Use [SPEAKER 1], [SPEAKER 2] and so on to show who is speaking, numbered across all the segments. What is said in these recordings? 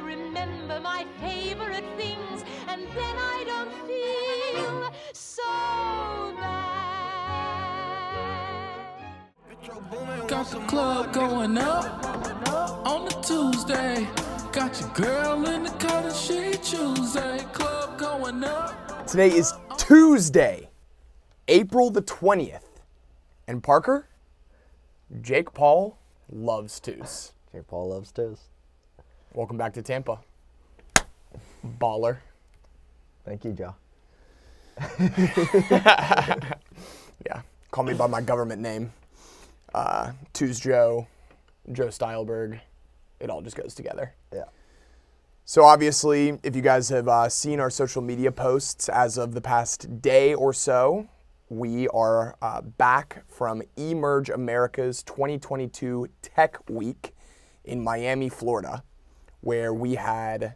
[SPEAKER 1] remember my favorite things, and then I don't feel so bad.
[SPEAKER 2] Got the club going up on the Tuesday. Got your girl in the cut and she Tuesday. Club going up.
[SPEAKER 3] Today is Tuesday, April the 20th. And Parker, Jake Paul loves twos.
[SPEAKER 4] Jake Paul loves toast.
[SPEAKER 3] Welcome back to Tampa. Baller.
[SPEAKER 4] Thank you, Joe.
[SPEAKER 3] Yeah. Call me by my government name. Uh, Twos Joe, Joe Styleberg. It all just goes together.
[SPEAKER 4] Yeah.
[SPEAKER 3] So obviously, if you guys have uh, seen our social media posts as of the past day or so, we are uh, back from Emerge America's 2022 Tech Week in Miami, Florida, where we had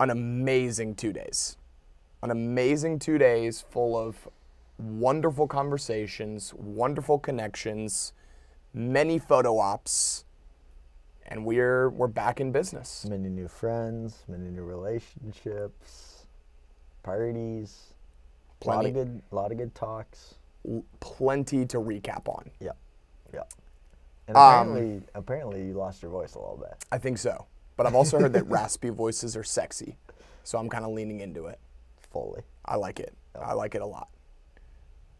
[SPEAKER 3] an amazing two days. An amazing two days full of wonderful conversations, wonderful connections, many photo ops, and we're we're back in business.
[SPEAKER 4] Many new friends, many new relationships, parties. A lot
[SPEAKER 3] Plenty.
[SPEAKER 4] of good, lot of good talks.
[SPEAKER 3] l- plenty to recap on.
[SPEAKER 4] Yep. Yep. And
[SPEAKER 3] Um,
[SPEAKER 4] apparently, apparently, you lost your voice a little bit.
[SPEAKER 3] I think so. But I've also heard that raspy voices are sexy. So I'm kind of leaning into it.
[SPEAKER 4] Fully.
[SPEAKER 3] I like it. I like it a lot.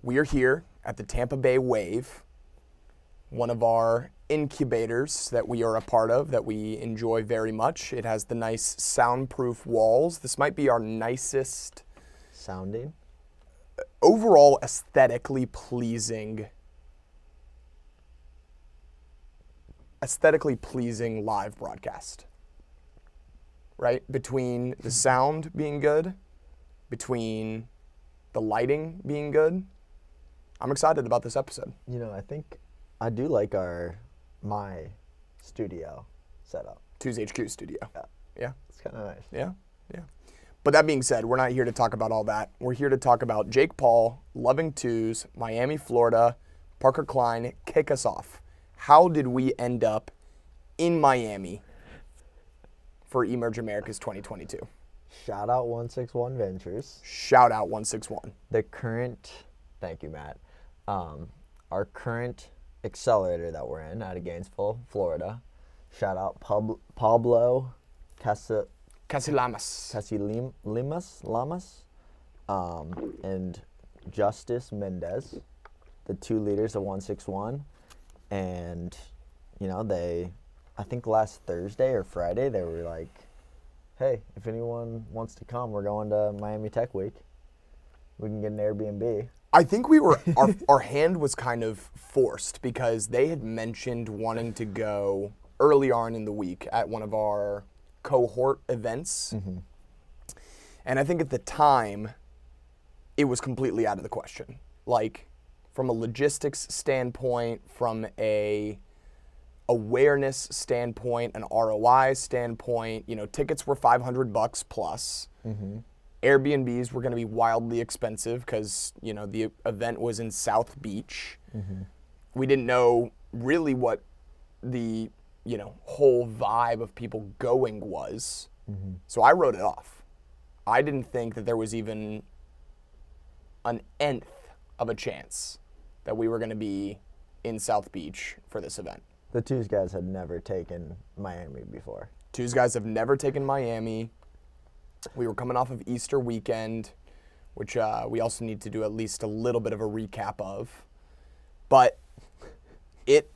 [SPEAKER 3] We are here at the Tampa Bay Wave, one of our incubators that we are a part of that we enjoy very much. It has the nice soundproof walls. This might be our nicest
[SPEAKER 4] Sounding.
[SPEAKER 3] overall aesthetically pleasing aesthetically pleasing live broadcast right between the sound being good between the lighting being good i'm excited about this episode
[SPEAKER 4] You know, I think I do like our my studio setup.
[SPEAKER 3] tuesday hq studio yeah
[SPEAKER 4] It's kind of nice.
[SPEAKER 3] Yeah, yeah. But that being said, we're not here to talk about all that. We're here to talk about Jake Paul, Loving Twos, Miami, Florida, Parker Klein. Kick us off. How did we end up in Miami for Emerge Americas 2022?
[SPEAKER 4] Shout out 161 Ventures.
[SPEAKER 3] Shout out 161.
[SPEAKER 4] the current thank you matt um, our current accelerator that we're in out of gainesville florida shout out Pub- pablo Casa-
[SPEAKER 3] Casilamas.
[SPEAKER 4] Casilimas lamas um, and justice mendez the two leaders of 161 and you know they i think last thursday or friday they were like hey if anyone wants to come we're going to miami tech week we can get an airbnb
[SPEAKER 3] I think we were our, our hand was kind of forced because they had mentioned wanting to go early on in the week at one of our cohort events. And I think at the time it was completely out of the question. Like from a logistics standpoint, from a awareness standpoint, an ROI standpoint, you know, tickets were 500 bucks plus. Airbnbs were going to be wildly expensive because you know the event was in South Beach. We didn't know really what the you know whole vibe of people going was, so I wrote it off. I didn't think that there was even an nth of a chance that we were going to be in South Beach for this event.
[SPEAKER 4] The twos guys had never taken Miami before.
[SPEAKER 3] Two's guys have never taken Miami. We were coming off of Easter weekend, which uh, we also need to do at least a little bit of a recap of. But it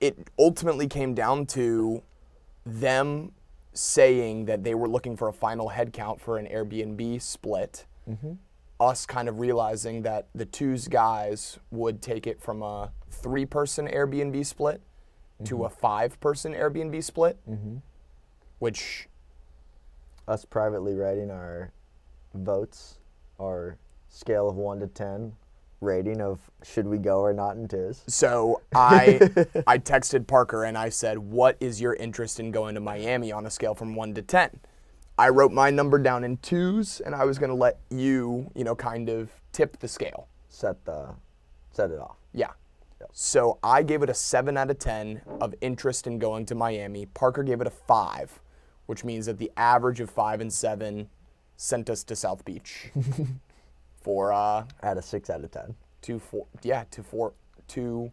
[SPEAKER 3] it ultimately came down to them saying that they were looking for a final headcount for an Airbnb split. Us kind of realizing that the twos guys would take it from a three person Airbnb split to a five person Airbnb split which
[SPEAKER 4] Us privately writing our votes, our scale of one to ten rating of should we go or not in twos.
[SPEAKER 3] so I I texted Parker and I said, "What is your interest in going to Miami on a scale from 1 to 10?" I wrote my number down in twos and I was going to let you, you know, kind of tip the scale.
[SPEAKER 4] Set the set it off.
[SPEAKER 3] Yeah. So I gave it a 7 out of 10 of interest in going to Miami. Parker gave it a 5, which means that the average of five and seven sent us to South Beach for uh,
[SPEAKER 4] Out of six out of ten.
[SPEAKER 3] two four yeah two four two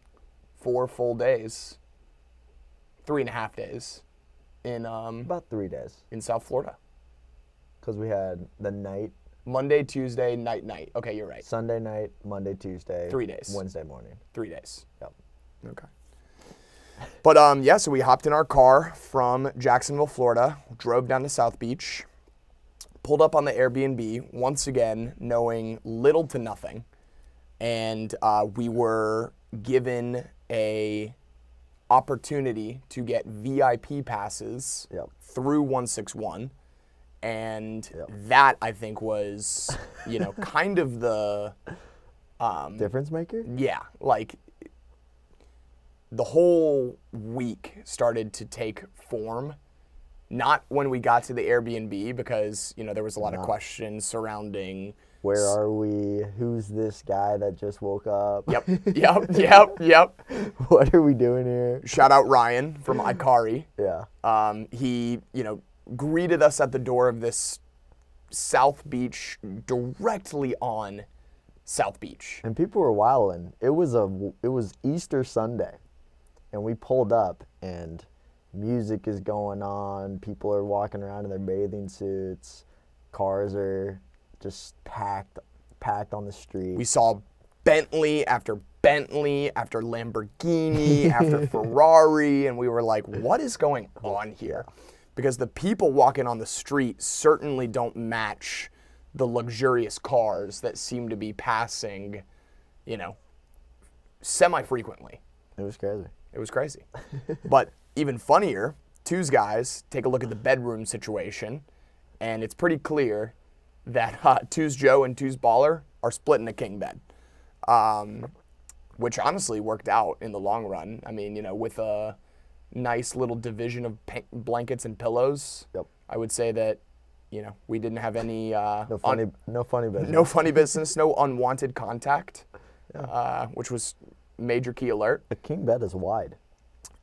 [SPEAKER 3] four full days, three and a half days in um,
[SPEAKER 4] About three days.
[SPEAKER 3] in South Florida.
[SPEAKER 4] Because we had the night,
[SPEAKER 3] Monday, Tuesday, night, night. Okay, you're right.
[SPEAKER 4] Sunday night, Monday, Tuesday.
[SPEAKER 3] Three days.
[SPEAKER 4] Wednesday morning.
[SPEAKER 3] Three days.
[SPEAKER 4] Yep.
[SPEAKER 3] Okay. But um, yeah, so we hopped in our car from Jacksonville, Florida, drove down to South Beach, pulled up on the Airbnb once again, knowing little to nothing, and uh, we were given a opportunity to get VIP passes
[SPEAKER 4] Yep.
[SPEAKER 3] through 161, and
[SPEAKER 4] Yep.
[SPEAKER 3] that I think was, you know, kind of the Um,
[SPEAKER 4] Difference maker?
[SPEAKER 3] yeah, like the whole week started to take form. Not when we got to the Airbnb because you know there was a lot of questions surrounding.
[SPEAKER 4] Where are we? Who's this guy that just woke up?
[SPEAKER 3] Yep, yep, yep, yep.
[SPEAKER 4] what are we doing here?
[SPEAKER 3] Shout out Ryan from Ikari.
[SPEAKER 4] Yeah.
[SPEAKER 3] Um, he you know greeted us at the door of this South Beach directly on South Beach.
[SPEAKER 4] And people were wilding. It was a it was Easter Sunday, and we pulled up, and music is going on. People are walking around in their bathing suits. Cars are just packed, packed on the street.
[SPEAKER 3] We saw Bentley after Bentley after Lamborghini after Ferrari, and we were like, what is going on here? Because the people walking on the street certainly don't match the luxurious cars that seem to be passing, you know, semi frequently.
[SPEAKER 4] it was crazy.
[SPEAKER 3] It was crazy. but even funnier, two's guys take a look at the bedroom situation, and it's pretty clear that uh, two's Joe and two's Baller are splitting a king bed, um, which honestly worked out in the long run. I mean, you know, with a nice little division of pa- blankets and pillows,
[SPEAKER 4] Yep.
[SPEAKER 3] I would say that, you know, we didn't have any uh,
[SPEAKER 4] No
[SPEAKER 3] un-
[SPEAKER 4] funny, no funny business.
[SPEAKER 3] no funny business, no unwanted contact, uh, which was major key alert.
[SPEAKER 4] The king bed is wide.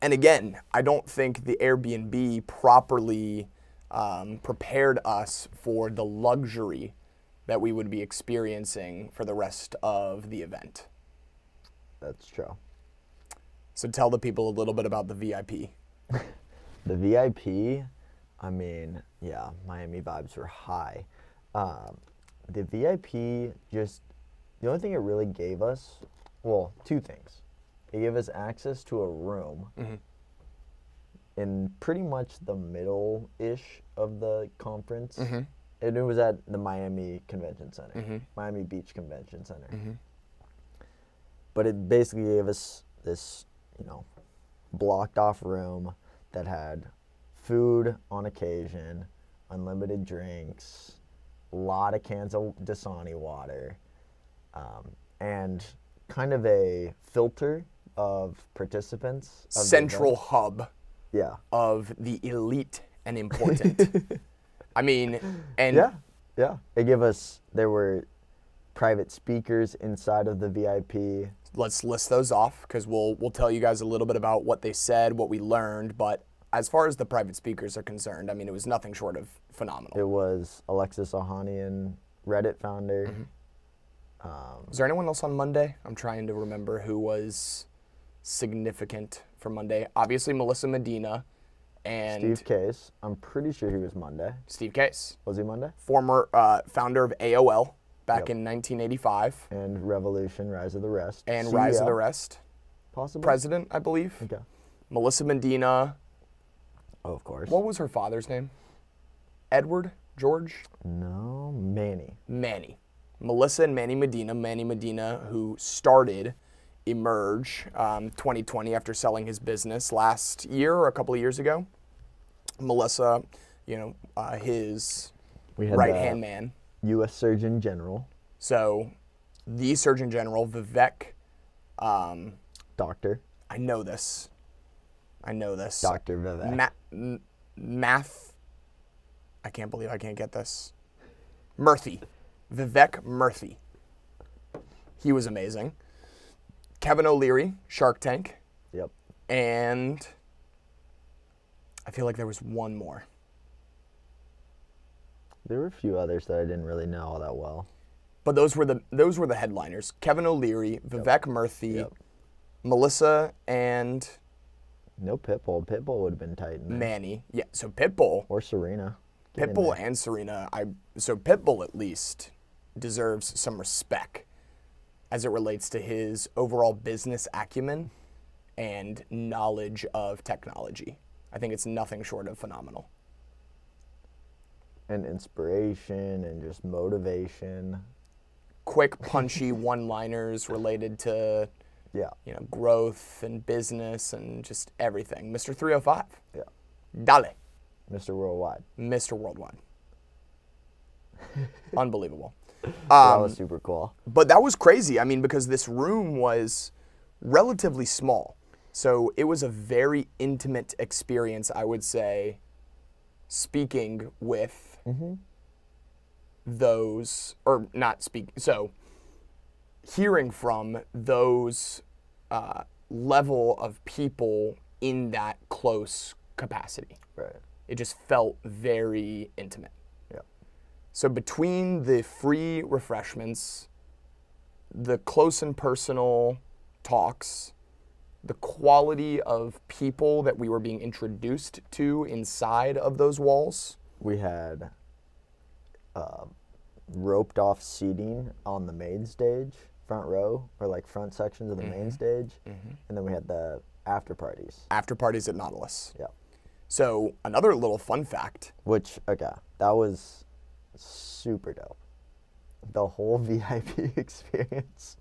[SPEAKER 3] And again, I don't think the Airbnb properly um, prepared us for the luxury that we would be experiencing for the rest of the event.
[SPEAKER 4] That's true.
[SPEAKER 3] So tell the people a little bit about the VIP.
[SPEAKER 4] The VIP, I mean, yeah, Miami vibes were high. Um, the VIP just, the only thing it really gave us, well, two things. It gave us access to a room in pretty much the middle ish of the conference. And it was at the Miami Convention Center, Miami Beach Convention Center. But it basically gave us this, you know, blocked off room that had food on occasion, unlimited drinks, a lot of cans of Dasani water, um, and kind of a filter of participants. of the
[SPEAKER 3] Central
[SPEAKER 4] event.
[SPEAKER 3] hub
[SPEAKER 4] Yeah.
[SPEAKER 3] of the elite and important. I mean, and
[SPEAKER 4] Yeah, yeah. They give us. There were private speakers inside of the VIP.
[SPEAKER 3] let's list those off because we'll we'll tell you guys a little bit about what they said, what we learned. But as far as the private speakers are concerned, I mean, it was nothing short of phenomenal.
[SPEAKER 4] It was Alexis Ohanian, Reddit founder.
[SPEAKER 3] Mm-hmm. Was there anyone else on Monday? I'm trying to remember who was significant for Monday. Obviously, Melissa Medina and
[SPEAKER 4] Steve Case. I'm pretty sure he was Monday.
[SPEAKER 3] Steve Case,
[SPEAKER 4] Was he Monday?
[SPEAKER 3] former uh, founder of AOL back in 1985
[SPEAKER 4] And Revolution, Rise of the Rest.
[SPEAKER 3] and Rise of the
[SPEAKER 4] CEO,
[SPEAKER 3] Rest,
[SPEAKER 4] Possibly.
[SPEAKER 3] president, I believe.
[SPEAKER 4] E Okay.
[SPEAKER 3] Melissa Medina,
[SPEAKER 4] Oh, of course.
[SPEAKER 3] what was her father's name? Edward? George?
[SPEAKER 4] no, Manny.
[SPEAKER 3] Manny. Melissa and Manny Medina. Manny Medina, who started Emerge um, 2020 after selling his business last year or a couple of years ago. Melissa, you know, uh, his
[SPEAKER 4] We had
[SPEAKER 3] right
[SPEAKER 4] the
[SPEAKER 3] hand man.
[SPEAKER 4] U.S. Surgeon General,
[SPEAKER 3] So, the Surgeon General, Vivek, um,
[SPEAKER 4] Doctor,
[SPEAKER 3] I know this. I know this.
[SPEAKER 4] Doctor Vivek.
[SPEAKER 3] Ma- m- math. I can't believe I can't get this. Murthy, Vivek Murthy. He was amazing. Kevin O'Leary, Shark Tank,
[SPEAKER 4] yep.
[SPEAKER 3] and I feel like there was one more.
[SPEAKER 4] There were a few others that I didn't really know all that well.
[SPEAKER 3] But those were the those were the headliners: Kevin O'Leary, Vivek Murthy, Melissa, and
[SPEAKER 4] No Pitbull. Pitbull would have been tight. in there.
[SPEAKER 3] Manny. Yeah. So Pitbull,
[SPEAKER 4] Or Serena. Get in
[SPEAKER 3] Pitbull,
[SPEAKER 4] there.
[SPEAKER 3] and Serena. I so Pitbull at least deserves some respect as it relates to his overall business acumen and knowledge of technology. I think it's nothing short of phenomenal.
[SPEAKER 4] And inspiration and just motivation.
[SPEAKER 3] Quick, punchy one-liners related to
[SPEAKER 4] Yeah.
[SPEAKER 3] you know growth and business and just everything. Mr. 305.
[SPEAKER 4] Yeah.
[SPEAKER 3] Dale.
[SPEAKER 4] Mr. Worldwide.
[SPEAKER 3] Mr. Worldwide. Unbelievable.
[SPEAKER 4] that
[SPEAKER 3] Um,
[SPEAKER 4] was super cool.
[SPEAKER 3] but that was crazy. I mean, because this room was relatively small. So it was a very intimate experience, I would say, speaking with those, or not speak, so hearing from those uh, level of people in that close capacity.
[SPEAKER 4] Right.
[SPEAKER 3] It just felt very intimate.
[SPEAKER 4] Yeah.
[SPEAKER 3] So between the free refreshments, the close and personal talks, the quality of people that we were being introduced to inside of those walls,
[SPEAKER 4] We had uh, roped off seating on the main stage, front row, or like front sections of the
[SPEAKER 3] Mm-hmm.
[SPEAKER 4] main stage. And then we had the after parties.
[SPEAKER 3] after parties at Nautilus.
[SPEAKER 4] Yeah.
[SPEAKER 3] So another little fun fact.
[SPEAKER 4] Which, okay, that was super dope. The whole VIP experience.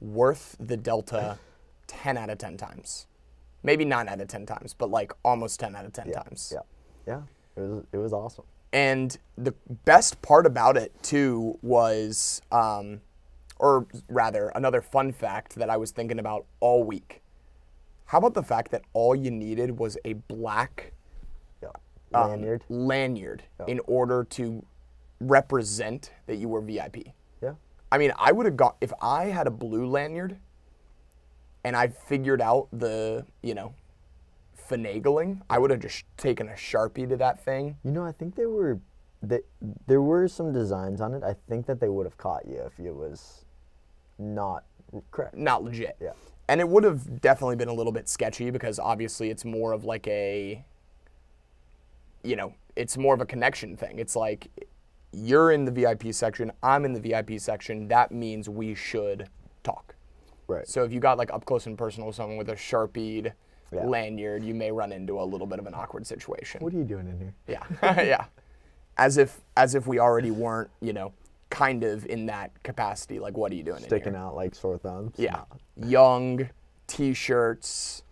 [SPEAKER 3] worth the delta 10 out of 10 times. Maybe 9 out of 10 times, but like almost 10 out of 10 times.
[SPEAKER 4] Yeah. Yeah. It was, it was awesome.
[SPEAKER 3] And the best part about it, too, was, um, or rather, another fun fact that I was thinking about all week. How about the fact that all you needed was a black
[SPEAKER 4] Yeah.
[SPEAKER 3] um,
[SPEAKER 4] Lanyard.
[SPEAKER 3] lanyard in order to represent that you were VIP?
[SPEAKER 4] Yeah.
[SPEAKER 3] I mean, I would have got if I had a blue lanyard and I figured out the, you know, finagling, I would have just taken a Sharpie to that thing.
[SPEAKER 4] You know, I think there were that there were some designs on it. I think that they would have caught you if it was not correct.
[SPEAKER 3] Not legit.
[SPEAKER 4] Yeah.
[SPEAKER 3] And it would have definitely been a little bit sketchy because obviously it's more of like a you know, it's more of a connection thing. It's like you're in the VIP section, I'm in the VIP section, that means we should talk.
[SPEAKER 4] Right.
[SPEAKER 3] So if you got like up close and personal with someone with a sharpied
[SPEAKER 4] Yeah.
[SPEAKER 3] lanyard, you may run into a little bit of an awkward situation.
[SPEAKER 4] what are you doing in here?
[SPEAKER 3] yeah, yeah. As if as if we already weren't, you know, kind of in that capacity. Like, what are you doing? in
[SPEAKER 4] Sticking
[SPEAKER 3] here?
[SPEAKER 4] out like sore thumbs.
[SPEAKER 3] Yeah, young t-shirts,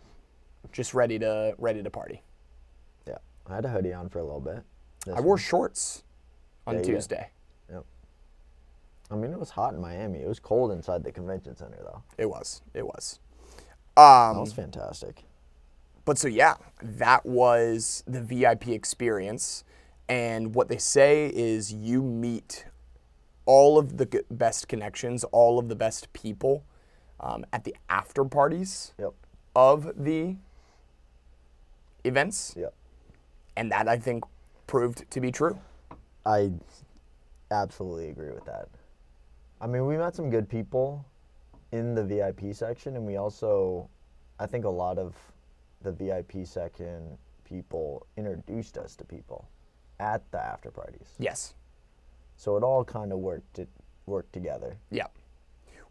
[SPEAKER 3] just ready to ready to party.
[SPEAKER 4] Yeah. I had a hoodie on for a little bit.
[SPEAKER 3] I
[SPEAKER 4] This
[SPEAKER 3] wore shorts on
[SPEAKER 4] There you go.
[SPEAKER 3] Tuesday.
[SPEAKER 4] Yep. I mean, it was hot in Miami. It was cold inside the convention center, though.
[SPEAKER 3] It was. It was. Um,
[SPEAKER 4] That was fantastic.
[SPEAKER 3] But so yeah, that was the VIP experience, and what they say is you meet all of the g- best connections, all of the best people um, at the after parties
[SPEAKER 4] Yep.
[SPEAKER 3] of the events,
[SPEAKER 4] Yep.
[SPEAKER 3] and that I think proved to be true.
[SPEAKER 4] I absolutely agree with that. I mean, we met some good people in the VIP section, and we also, I think a lot of the VIP section people introduced us to people at the after parties.
[SPEAKER 3] Yes.
[SPEAKER 4] So it all kind of worked it worked together.
[SPEAKER 3] Yeah.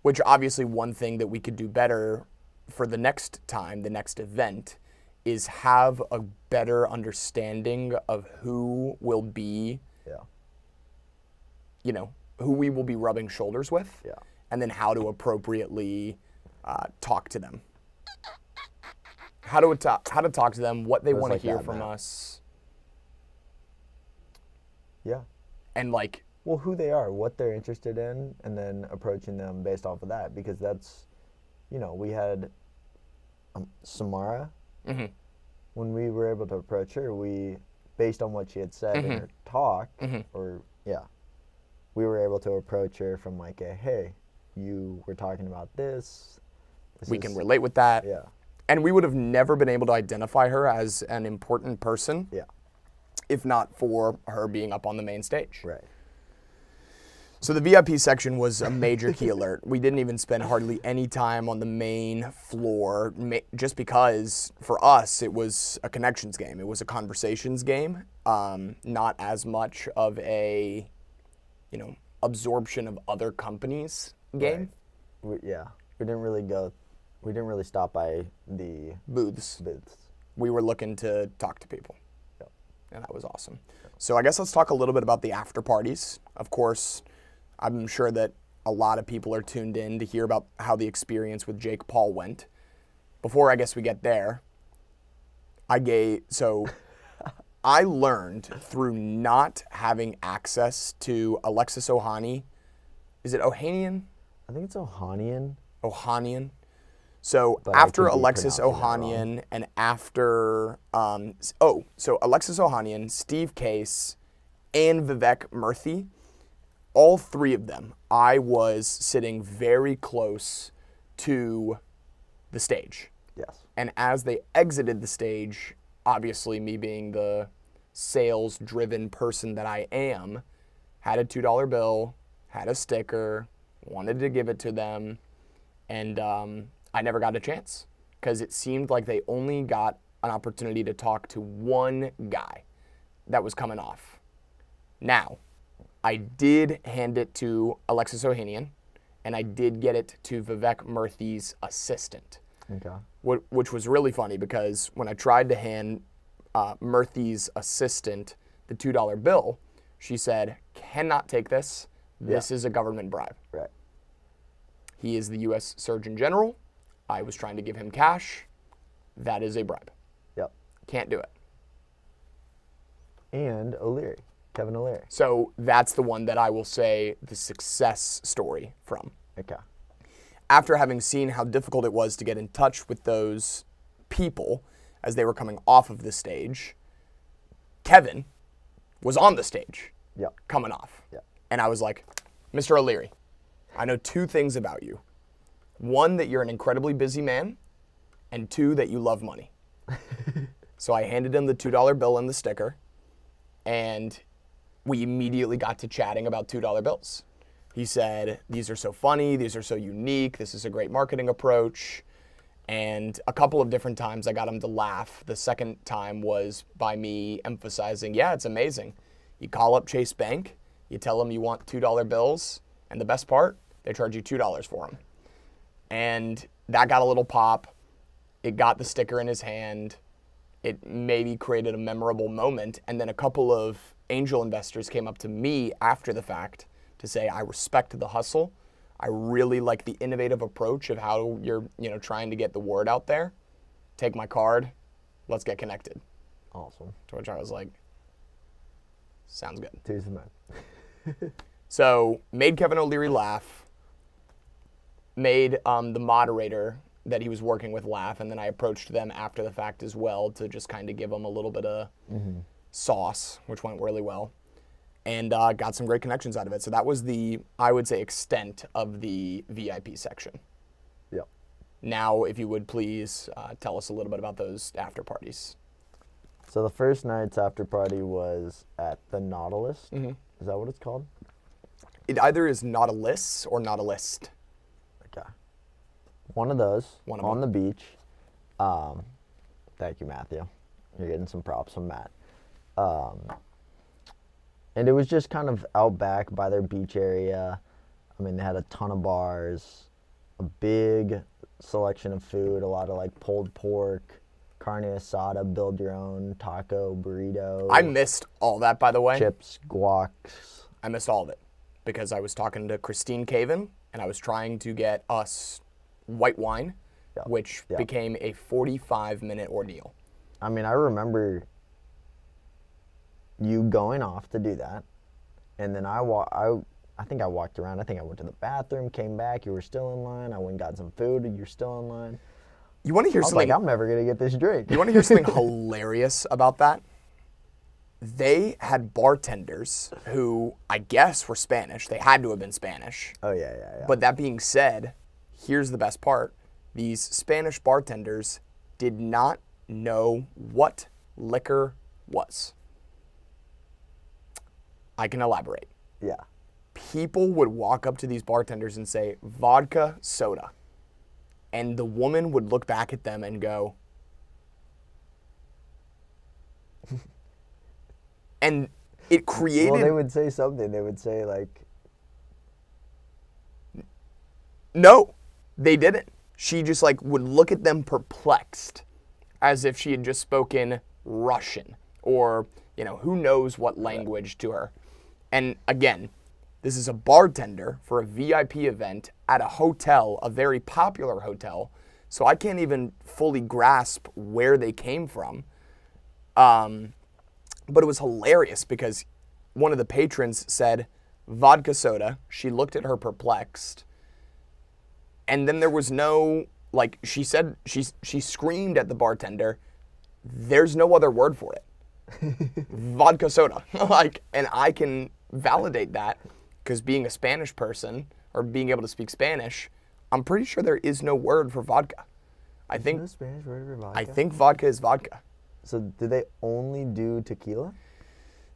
[SPEAKER 3] Which obviously one thing that we could do better for the next time, the next event, is have a better understanding of who will be
[SPEAKER 4] Yeah.
[SPEAKER 3] you know, who we will be rubbing shoulders with,
[SPEAKER 4] Yeah.
[SPEAKER 3] and then how to appropriately uh, talk to them. How to ta- how to talk to them, what they
[SPEAKER 4] was
[SPEAKER 3] want to
[SPEAKER 4] like
[SPEAKER 3] hear
[SPEAKER 4] that,
[SPEAKER 3] from
[SPEAKER 4] Matt.
[SPEAKER 3] us,
[SPEAKER 4] Yeah.
[SPEAKER 3] and like
[SPEAKER 4] Well, who they are, what they're interested in, and then approaching them based off of that because that's, you know, we had um, Samara.
[SPEAKER 3] Mm-hmm.
[SPEAKER 4] When we were able to approach her, we, based on what she had said
[SPEAKER 3] Mm-hmm.
[SPEAKER 4] in her talk, or yeah, we were able to approach her from like a hey, you were talking about this. this
[SPEAKER 3] we can
[SPEAKER 4] is-
[SPEAKER 3] relate with that.
[SPEAKER 4] Yeah.
[SPEAKER 3] And we would have never been able to identify her as an important person
[SPEAKER 4] Yeah.
[SPEAKER 3] if not for her being up on the main stage.
[SPEAKER 4] Right.
[SPEAKER 3] So the VIP section was a major key alert. We didn't even spend hardly any time on the main floor ma- just because for us it was a connections game. It was a conversations game, um, not as much of a, you know, absorption of other companies game.
[SPEAKER 4] We, yeah. We didn't really go. We didn't really stop by the
[SPEAKER 3] Booths.
[SPEAKER 4] booths.
[SPEAKER 3] We were looking to talk to people.
[SPEAKER 4] Yep.
[SPEAKER 3] and that was awesome. So I guess let's talk a little bit about the after parties. Of course, I'm sure that a lot of people are tuned in to hear about how the experience with Jake Paul went. Before I guess we get there, I gave so I learned through not having access to Alexis Ohani. Is it Ohanian?
[SPEAKER 4] I think it's Ohanian.
[SPEAKER 3] Ohanian. So
[SPEAKER 4] But I
[SPEAKER 3] after
[SPEAKER 4] could be
[SPEAKER 3] Alexis
[SPEAKER 4] pronouncing that
[SPEAKER 3] Ohanian and after um, s- oh, so Alexis Ohanian, Steve Case, and Vivek Murthy, all three of them, I was sitting very close to the stage.
[SPEAKER 4] Yes.
[SPEAKER 3] And as they exited the stage, obviously me being the sales driven person that I am, had a $2 bill, had a sticker, wanted to give it to them, and um, I never got a chance because it seemed like they only got an opportunity to talk to one guy that was coming off. Now, I did hand it to Alexis Ohanian, and I did get it to Vivek Murthy's assistant
[SPEAKER 4] Okay.
[SPEAKER 3] wh- which was really funny because when I tried to hand uh, Murthy's assistant the two dollar bill, she said, "Cannot take this. This is a government bribe.
[SPEAKER 4] Right.
[SPEAKER 3] He is the U.S. Surgeon General. I was trying to give him cash. That is a bribe.
[SPEAKER 4] Yep.
[SPEAKER 3] Can't do it."
[SPEAKER 4] And O'Leary, Kevin O'Leary.
[SPEAKER 3] So that's the one that I will say the success story from.
[SPEAKER 4] Okay.
[SPEAKER 3] after having seen how difficult it was to get in touch with those people as they were coming off of the stage, Kevin was on the stage
[SPEAKER 4] Yep.
[SPEAKER 3] coming off.
[SPEAKER 4] Yeah.
[SPEAKER 3] And I was like, Mr. O'Leary, I know two things about you. One, that you're an incredibly busy man, and two, that you love money. so I handed him the $2 bill and the sticker, and we immediately got to chatting about $2 bills. He said, These are so funny, these are so unique, this is a great marketing approach. And a couple of different times I got him to laugh. The second time was by me emphasizing, yeah, it's amazing. You call up Chase Bank, you tell them you want $2 bills, and the best part, they charge you $2 for them. And that got a little pop. It got the sticker in his hand. It maybe created a memorable moment. And then a couple of angel investors came up to me after the fact to say, I respect the hustle. I really like the innovative approach of how you're, you know, trying to get the word out there. Take my card. Let's get connected.
[SPEAKER 4] Awesome.
[SPEAKER 3] To which I was like, sounds good.
[SPEAKER 4] Tuesday night.
[SPEAKER 3] So made Kevin O'Leary laugh, made um, the moderator that he was working with laugh, and then I approached them after the fact as well to just kind of give them a little bit of sauce, which went really well, and uh, got some great connections out of it. So that was the I would say extent of the VIP section.
[SPEAKER 4] Yep.
[SPEAKER 3] Now, if you would please uh, tell us a little bit about those after parties.
[SPEAKER 4] So the first night's after party was at the Nautilus. Is that what it's called?
[SPEAKER 3] It either is not a list or not a list.
[SPEAKER 4] Okay. One of those
[SPEAKER 3] One of
[SPEAKER 4] on
[SPEAKER 3] them.
[SPEAKER 4] the beach. Um, thank you, Matthew. You're getting some props from Matt. Um, and it was just kind of out back by their beach area. I mean, they had a ton of bars, a big selection of food, a lot of like pulled pork, carne asada, build your own taco, burrito,
[SPEAKER 3] I missed all that, by the way.
[SPEAKER 4] chips, guacs.
[SPEAKER 3] I missed all of it because I was talking to Christine Caven and I was trying to get us white wine,
[SPEAKER 4] Yeah,
[SPEAKER 3] which
[SPEAKER 4] yeah.
[SPEAKER 3] became a 45 minute ordeal.
[SPEAKER 4] I mean, I remember you going off to do that, and then I wa- I I think I walked around. I think I went to the bathroom, came back. You were still in line. I went and got some food. You're still in line.
[SPEAKER 3] You want to hear
[SPEAKER 4] I was
[SPEAKER 3] something?
[SPEAKER 4] like, I'm never gonna get this drink.
[SPEAKER 3] you want to hear something hilarious about that? They had bartenders who I guess were Spanish. They had to have been Spanish.
[SPEAKER 4] oh yeah, yeah, yeah.
[SPEAKER 3] But that being said, here's the best part these Spanish bartenders did not know what liquor was. I can elaborate.
[SPEAKER 4] Yeah.
[SPEAKER 3] People would walk up to these bartenders and say, vodka, soda. And the woman would look back at them and go, and it created.
[SPEAKER 4] Well, they would say something. They would say like,
[SPEAKER 3] No, they didn't. She just like would look at them perplexed, as if she had just spoken Russian or you know who knows what language to her. And again, this is a bartender for a VIP event at a hotel, a very popular hotel. So I can't even fully grasp where they came from. Um, but it was hilarious because one of the patrons said vodka soda. She looked at her perplexed and then there was no like she said she she screamed at the bartender there's no other word for it vodka soda like and i can validate that because being a spanish person or being able to speak spanish i'm pretty sure there is no word for vodka i think
[SPEAKER 4] "No Spanish word for vodka."
[SPEAKER 3] i think vodka is vodka
[SPEAKER 4] So do they only do tequila?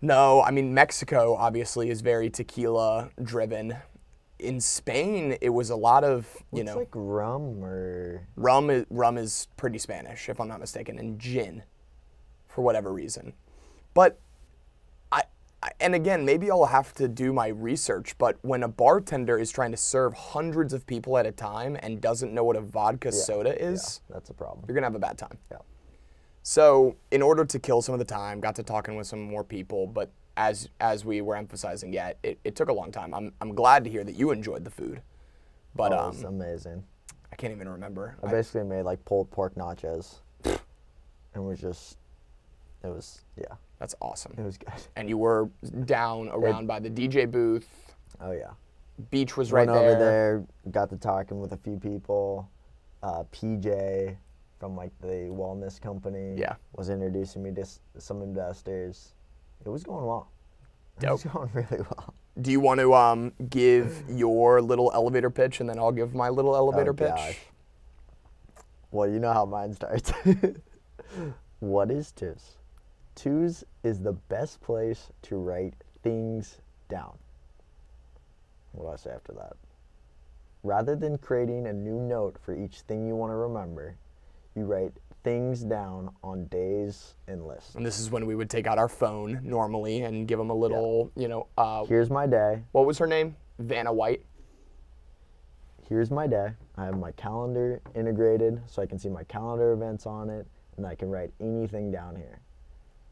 [SPEAKER 3] No, I mean Mexico obviously is very tequila driven. In Spain, it was a lot of you
[SPEAKER 4] it's
[SPEAKER 3] know
[SPEAKER 4] like rum or
[SPEAKER 3] rum. Is, rum is pretty Spanish, if I'm not mistaken, and gin, for whatever reason. But I, I and again, maybe I'll have to do my research. But when a bartender is trying to serve hundreds of people at a time and doesn't know what a vodka soda is,
[SPEAKER 4] that's a problem.
[SPEAKER 3] you're gonna have a bad time.
[SPEAKER 4] Yeah.
[SPEAKER 3] So, in order to kill some of the time, got to talking with some more people, but as as we were emphasizing, yeah, it, it took a long time. I'm I'm glad to hear that you enjoyed the food, but
[SPEAKER 4] Oh, it's
[SPEAKER 3] um,
[SPEAKER 4] amazing.
[SPEAKER 3] I can't even remember.
[SPEAKER 4] I
[SPEAKER 3] I-
[SPEAKER 4] basically made like pulled pork nachos, and we're just, it was yeah,
[SPEAKER 3] that's awesome.
[SPEAKER 4] it was good.
[SPEAKER 3] and you were down around by the DJ booth.
[SPEAKER 4] Oh yeah.
[SPEAKER 3] Beach was right
[SPEAKER 4] Went over there, got to talking with a few people. Uh, PJ from like the wellness company
[SPEAKER 3] Yeah.
[SPEAKER 4] was introducing me to s- some investors. It was going well. It was
[SPEAKER 3] Dope.
[SPEAKER 4] going really well.
[SPEAKER 3] Do you want to um, give your little elevator pitch, and then I'll give my little elevator pitch?
[SPEAKER 4] Oh, gosh. Well, you know how mine starts. what is Twos? Twos is the best place to write things down. What do I say after that? Rather than creating a new note for each thing you want to remember, you write things down on days and lists.
[SPEAKER 3] And this is when we would take out our phone normally and give them a little, you know, uh,
[SPEAKER 4] Here's my day.
[SPEAKER 3] what was her name? Vanna White.
[SPEAKER 4] here's my day. I have my calendar integrated so I can see my calendar events on it and I can write anything down here.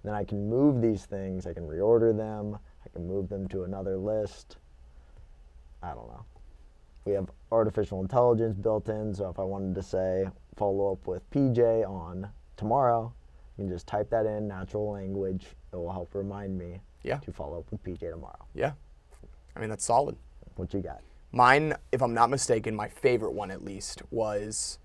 [SPEAKER 4] Then I can move these things, I can reorder them, I can move them to another list. I don't know. We have artificial intelligence built in, so if I wanted to say follow up with PJ on tomorrow, you can just type that in natural language. It will help remind me
[SPEAKER 3] Yeah.
[SPEAKER 4] to follow up with PJ tomorrow.
[SPEAKER 3] Yeah. I mean, that's solid.
[SPEAKER 4] What you got?
[SPEAKER 3] Mine, if I'm not mistaken, my favorite one at least was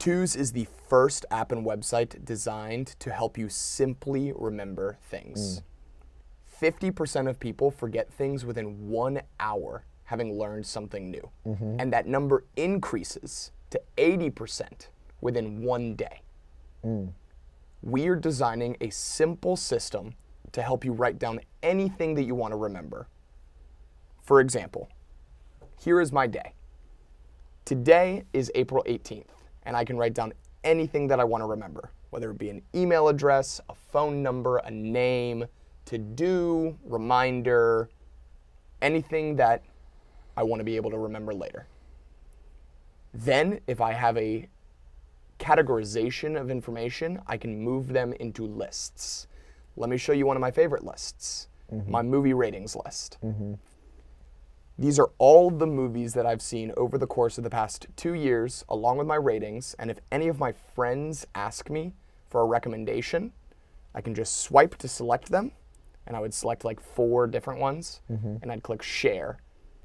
[SPEAKER 3] Twos is the first app and website designed to help you simply remember things. 50% of people forget things within one hour having learned something new. And that number increases to 80% within one day. We are designing a simple system to help you write down anything that you want to remember. For example, here is my day. Today is April 18th, and I can write down anything that I want to remember, whether it be an email address, a phone number, a name, to do, reminder, anything that I want to be able to remember later. Then, if I have a categorization of information, I can move them into lists. Let me show you one of my favorite lists my movie ratings list. These are all the movies that I've seen over the course of the past two years, along with my ratings. And if any of my friends ask me for a recommendation, I can just swipe to select them. And I would select like four different ones, and I'd click share.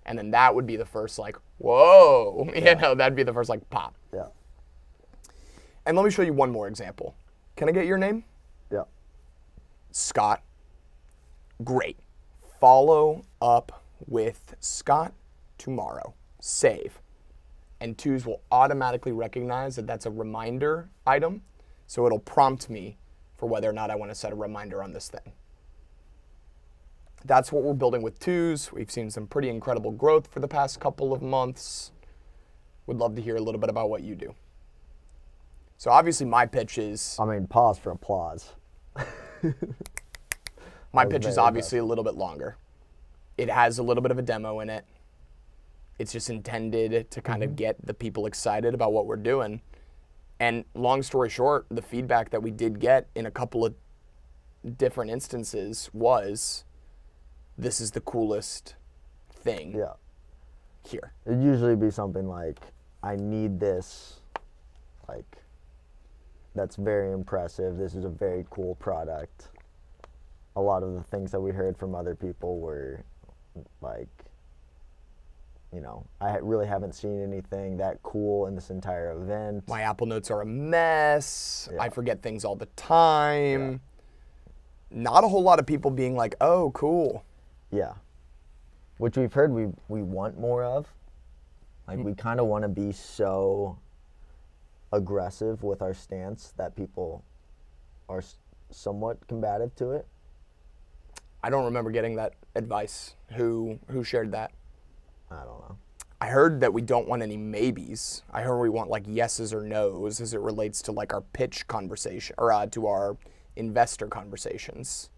[SPEAKER 3] And then that would be the first, like, whoa, you know, that'd be the first, like, pop.
[SPEAKER 4] Yeah.
[SPEAKER 3] And let me show you one more example. Can I get your name?
[SPEAKER 4] Yeah.
[SPEAKER 3] Scott. Great. Follow up with Scott tomorrow. Save. And twos will automatically recognize that that's a reminder item. So it'll prompt me for whether or not I want to set a reminder on this thing. that's what we're building with twos. We've seen some pretty incredible growth for the past couple of months. Would love to hear a little bit about what you do. So obviously, my pitch is
[SPEAKER 4] I mean, pause for applause.
[SPEAKER 3] my
[SPEAKER 4] was
[SPEAKER 3] pitch is
[SPEAKER 4] very
[SPEAKER 3] obviously a little bit longer. It has a little bit of a demo in it. It's just intended to kind
[SPEAKER 4] Mm-hmm.
[SPEAKER 3] of get the people excited about what we're doing. And long story short, the feedback that we did get in a couple of different instances was this is the coolest thing
[SPEAKER 4] Yeah.
[SPEAKER 3] here.
[SPEAKER 4] It'd usually be something like, I need this. Like, that's very impressive. This is a very cool product. A lot of the things that we heard from other people were like, you know, I ha- really haven't seen anything that cool in this entire event.
[SPEAKER 3] My Apple notes are a mess.
[SPEAKER 4] Yeah.
[SPEAKER 3] I forget things all the time. Not a whole lot of people being like, oh, cool.
[SPEAKER 4] Yeah. Which we've heard we we want more of. Like we kind of want to be so aggressive with our stance that people are s- somewhat combative to it.
[SPEAKER 3] I don't remember getting that advice. Who who shared that?
[SPEAKER 4] I don't know.
[SPEAKER 3] I heard that we don't want any maybes. I heard we want like yeses or nos as it relates to like our pitch conversation or uh, to our investor conversations.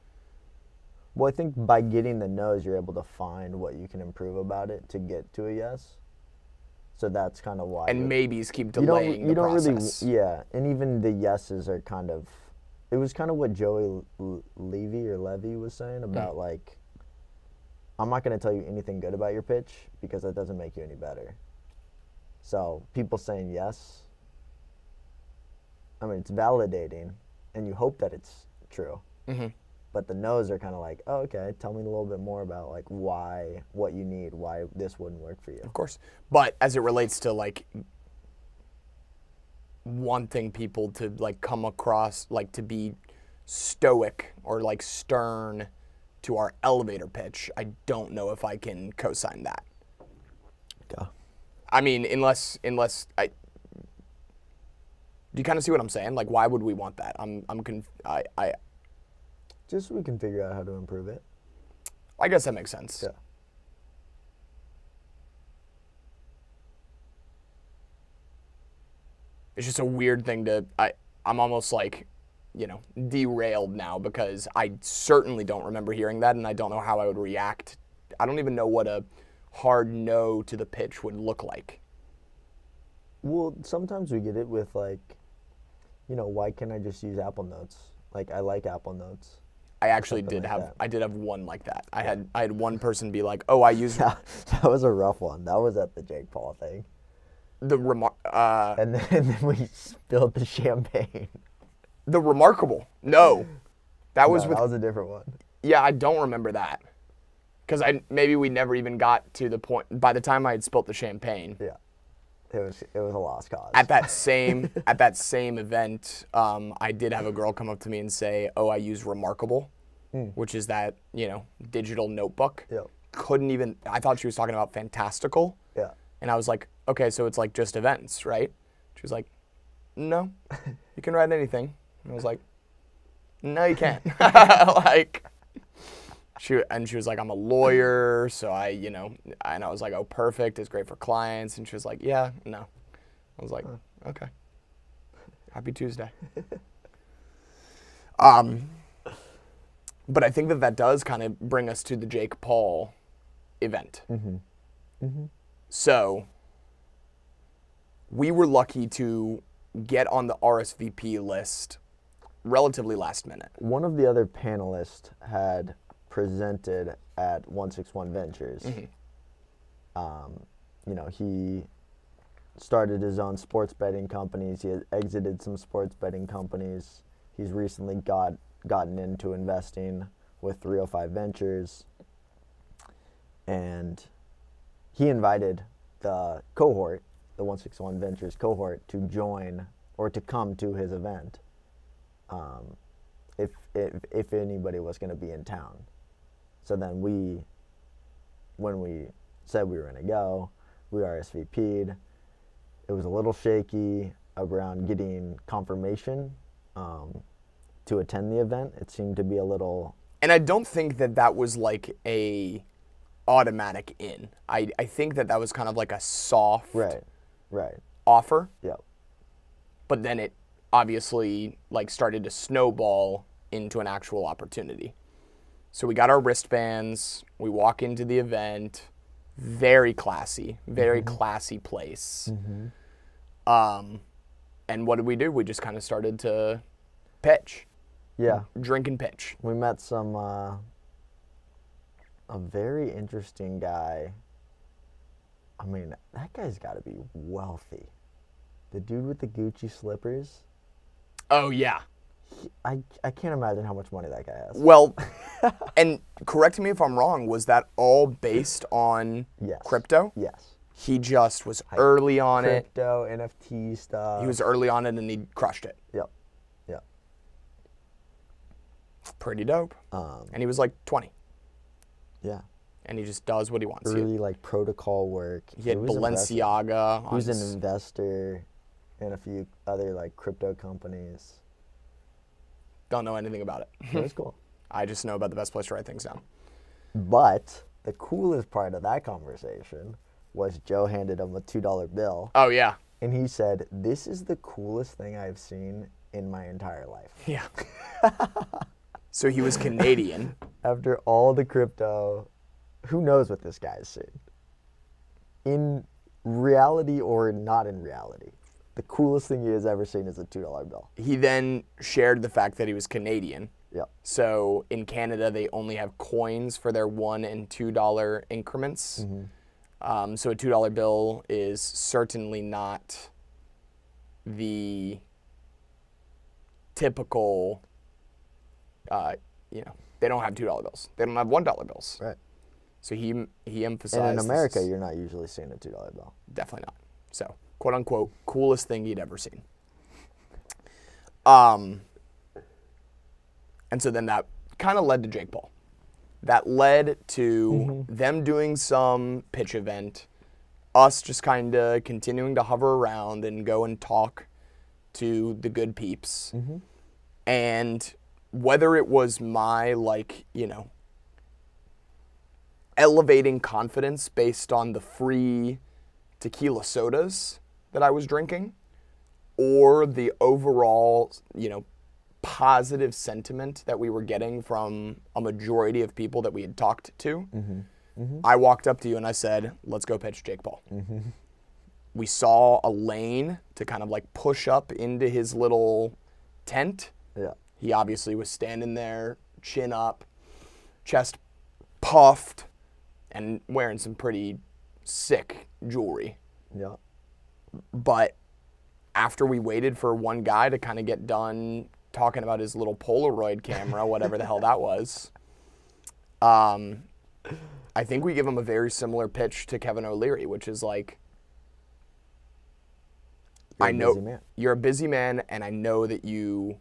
[SPEAKER 4] Well, I think by getting the no's, you're able to find what you can improve about it to get to a yes. So that's kind of why.
[SPEAKER 3] And
[SPEAKER 4] we're-
[SPEAKER 3] maybes keep
[SPEAKER 4] you don't
[SPEAKER 3] delaying
[SPEAKER 4] you
[SPEAKER 3] the
[SPEAKER 4] don't
[SPEAKER 3] process.
[SPEAKER 4] really yeah and even the yeses are kind of it was kind of what joey L- L- levy or levy was saying
[SPEAKER 3] Hmm.
[SPEAKER 4] about like i'm not going to tell you anything good about your pitch because that doesn't make you any better so people saying yes i mean it's validating and you hope that it's true
[SPEAKER 3] Mm-hmm.
[SPEAKER 4] but the no's are kind of like oh, okay tell me a little bit more about like why what you need why this wouldn't work for you
[SPEAKER 3] Of course. But as it relates to like wanting people to like come across like to be stoic or like stern to our elevator pitch, I don't know if I can co-sign that.
[SPEAKER 4] okay.
[SPEAKER 3] I mean, unless unless I do you kind of see what I'm saying? Like why would we want that? I'm I'm conf- I I
[SPEAKER 4] just so we can figure out how to improve it
[SPEAKER 3] I guess that makes sense.
[SPEAKER 4] Yeah.
[SPEAKER 3] It's just a weird thing to I I'm almost like, you know, derailed now because I certainly don't remember hearing that and I don't know how I would react. I don't even know what a hard no to the pitch would look like.
[SPEAKER 4] Well, sometimes we get it with like, you know, why can't I just use Apple Notes? Like, I like Apple Notes.
[SPEAKER 3] I actually
[SPEAKER 4] Something
[SPEAKER 3] did
[SPEAKER 4] like
[SPEAKER 3] have
[SPEAKER 4] that.
[SPEAKER 3] I did have one like that. I had I had one person be like, "Oh, I use
[SPEAKER 4] That, that was a rough one. That was at the Jake Paul thing,
[SPEAKER 3] the remar- uh,
[SPEAKER 4] and then, and then we spilled the champagne.
[SPEAKER 3] the remarkable." No. That was
[SPEAKER 4] No,
[SPEAKER 3] with
[SPEAKER 4] that was a different one.
[SPEAKER 3] Yeah, I don't remember that. Cuz I maybe we never even got to the point by the time I had spilt the champagne.
[SPEAKER 4] Yeah, it was it was a lost cause.
[SPEAKER 3] at that same at that same event, um, I did have a girl come up to me and say, "Oh, I use Remarkable, which is that you know digital notebook."
[SPEAKER 4] Hmm. Yep.
[SPEAKER 3] Couldn't even. I thought she was talking about Fantastical,
[SPEAKER 4] yeah,
[SPEAKER 3] and I was like, "Okay, so it's like just events, right?" She was like, "No, you can write anything." And I was like, "No, you can't." like. She, and she was like, I'm a lawyer, so I, you know, and I was like, oh, perfect, it's great for clients. And she was like, yeah, no. I was like, okay. Happy Tuesday. um, but I think that that does kind of bring us to the Jake Paul event. Mm-hmm. Mm-hmm. So we were lucky to get on the RSVP list relatively last minute.
[SPEAKER 4] one of the other panelists had presented at 161 Ventures. Um, you know, he started his own sports betting companies. He had exited some sports betting companies. He's recently got gotten into investing with 305 Ventures. And he invited the cohort, the 161 Ventures cohort, to join or to come to his event if if, if anybody was going to be in town. So then we, when we said we were going to go, we RSVP'd. It was a little shaky around getting confirmation um, to attend the event. It seemed to be a little
[SPEAKER 3] and I don't think that that was like a automatic in. I I think that that was kind of like a soft
[SPEAKER 4] Right. Right.
[SPEAKER 3] offer,
[SPEAKER 4] Yep.
[SPEAKER 3] but then it obviously like started to snowball into an actual opportunity. So we got our wristbands, we walk into the event, very classy, very classy place. Um and what did we do? We just kind of started to pitch,
[SPEAKER 4] Yeah.
[SPEAKER 3] drink and pitch.
[SPEAKER 4] We met some uh, a very interesting guy. I mean, that guy's got to be wealthy. The dude with the Gucci slippers.
[SPEAKER 3] Oh yeah.
[SPEAKER 4] I, I can't imagine how much money that guy has.
[SPEAKER 3] Well, and correct me if I'm wrong, was that all based on
[SPEAKER 4] Yes.
[SPEAKER 3] crypto?
[SPEAKER 4] Yes.
[SPEAKER 3] He just was early on it.
[SPEAKER 4] Crypto, NFT stuff.
[SPEAKER 3] He was early on it and he crushed it.
[SPEAKER 4] Yep. Yep.
[SPEAKER 3] Pretty dope.
[SPEAKER 4] Um,
[SPEAKER 3] And he was like 20
[SPEAKER 4] yeah.
[SPEAKER 3] and he just does what he wants. He,
[SPEAKER 4] Early like protocol work.
[SPEAKER 3] he had
[SPEAKER 4] was invest-
[SPEAKER 3] Balenciaga on
[SPEAKER 4] He was an
[SPEAKER 3] his-
[SPEAKER 4] investor in a few other like crypto companies.
[SPEAKER 3] don't know anything about it.
[SPEAKER 4] It was cool.
[SPEAKER 3] I just know about the best place to write things down.
[SPEAKER 4] But the coolest part of that conversation was Joe handed him a two dollar bill
[SPEAKER 3] Oh yeah.
[SPEAKER 4] and he said, This is the coolest thing I've seen in my entire life.
[SPEAKER 3] Yeah. so he was Canadian.
[SPEAKER 4] After all the crypto, who knows what this guy's seen? In reality or not in reality, the coolest thing he has ever seen is a two dollar bill.
[SPEAKER 3] He then shared the fact that he was Canadian.
[SPEAKER 4] Yep.
[SPEAKER 3] So in Canada, they only have coins for their one and two dollar increments.
[SPEAKER 4] Mm-hmm.
[SPEAKER 3] Um, so a two dollar bill is certainly not the typical. Uh, you know, they don't have two dollar bills. They don't have one dollar bills.
[SPEAKER 4] Right.
[SPEAKER 3] So he he emphasized.
[SPEAKER 4] And in
[SPEAKER 3] this
[SPEAKER 4] America,
[SPEAKER 3] is
[SPEAKER 4] you're not usually seeing a two dollar bill.
[SPEAKER 3] definitely not. So quote unquote coolest thing he'd ever seen. Um, and so then that kind of led to Jake Paul. That led to them doing some pitch event, us just kind of continuing to hover around and go and talk to the good peeps. And whether it was my, like, you know, elevating confidence based on the free tequila sodas that I was drinking or the overall, you know, positive sentiment that we were getting from a majority of people that we had talked to. I walked up to you and I said, "Let's go pitch Jake Paul." We saw a lane to kind of like push up into his little tent.
[SPEAKER 4] Yeah.
[SPEAKER 3] He obviously was standing there, chin up, chest puffed, and wearing some pretty sick jewelry.
[SPEAKER 4] Yeah.
[SPEAKER 3] But after we waited for one guy to kind of get done talking about his little Polaroid camera, whatever the hell that was, um, I think we give him a very similar pitch to Kevin O'Leary, which is like,
[SPEAKER 4] You're
[SPEAKER 3] I
[SPEAKER 4] a
[SPEAKER 3] know
[SPEAKER 4] busy man.
[SPEAKER 3] you're a busy man, and I know that you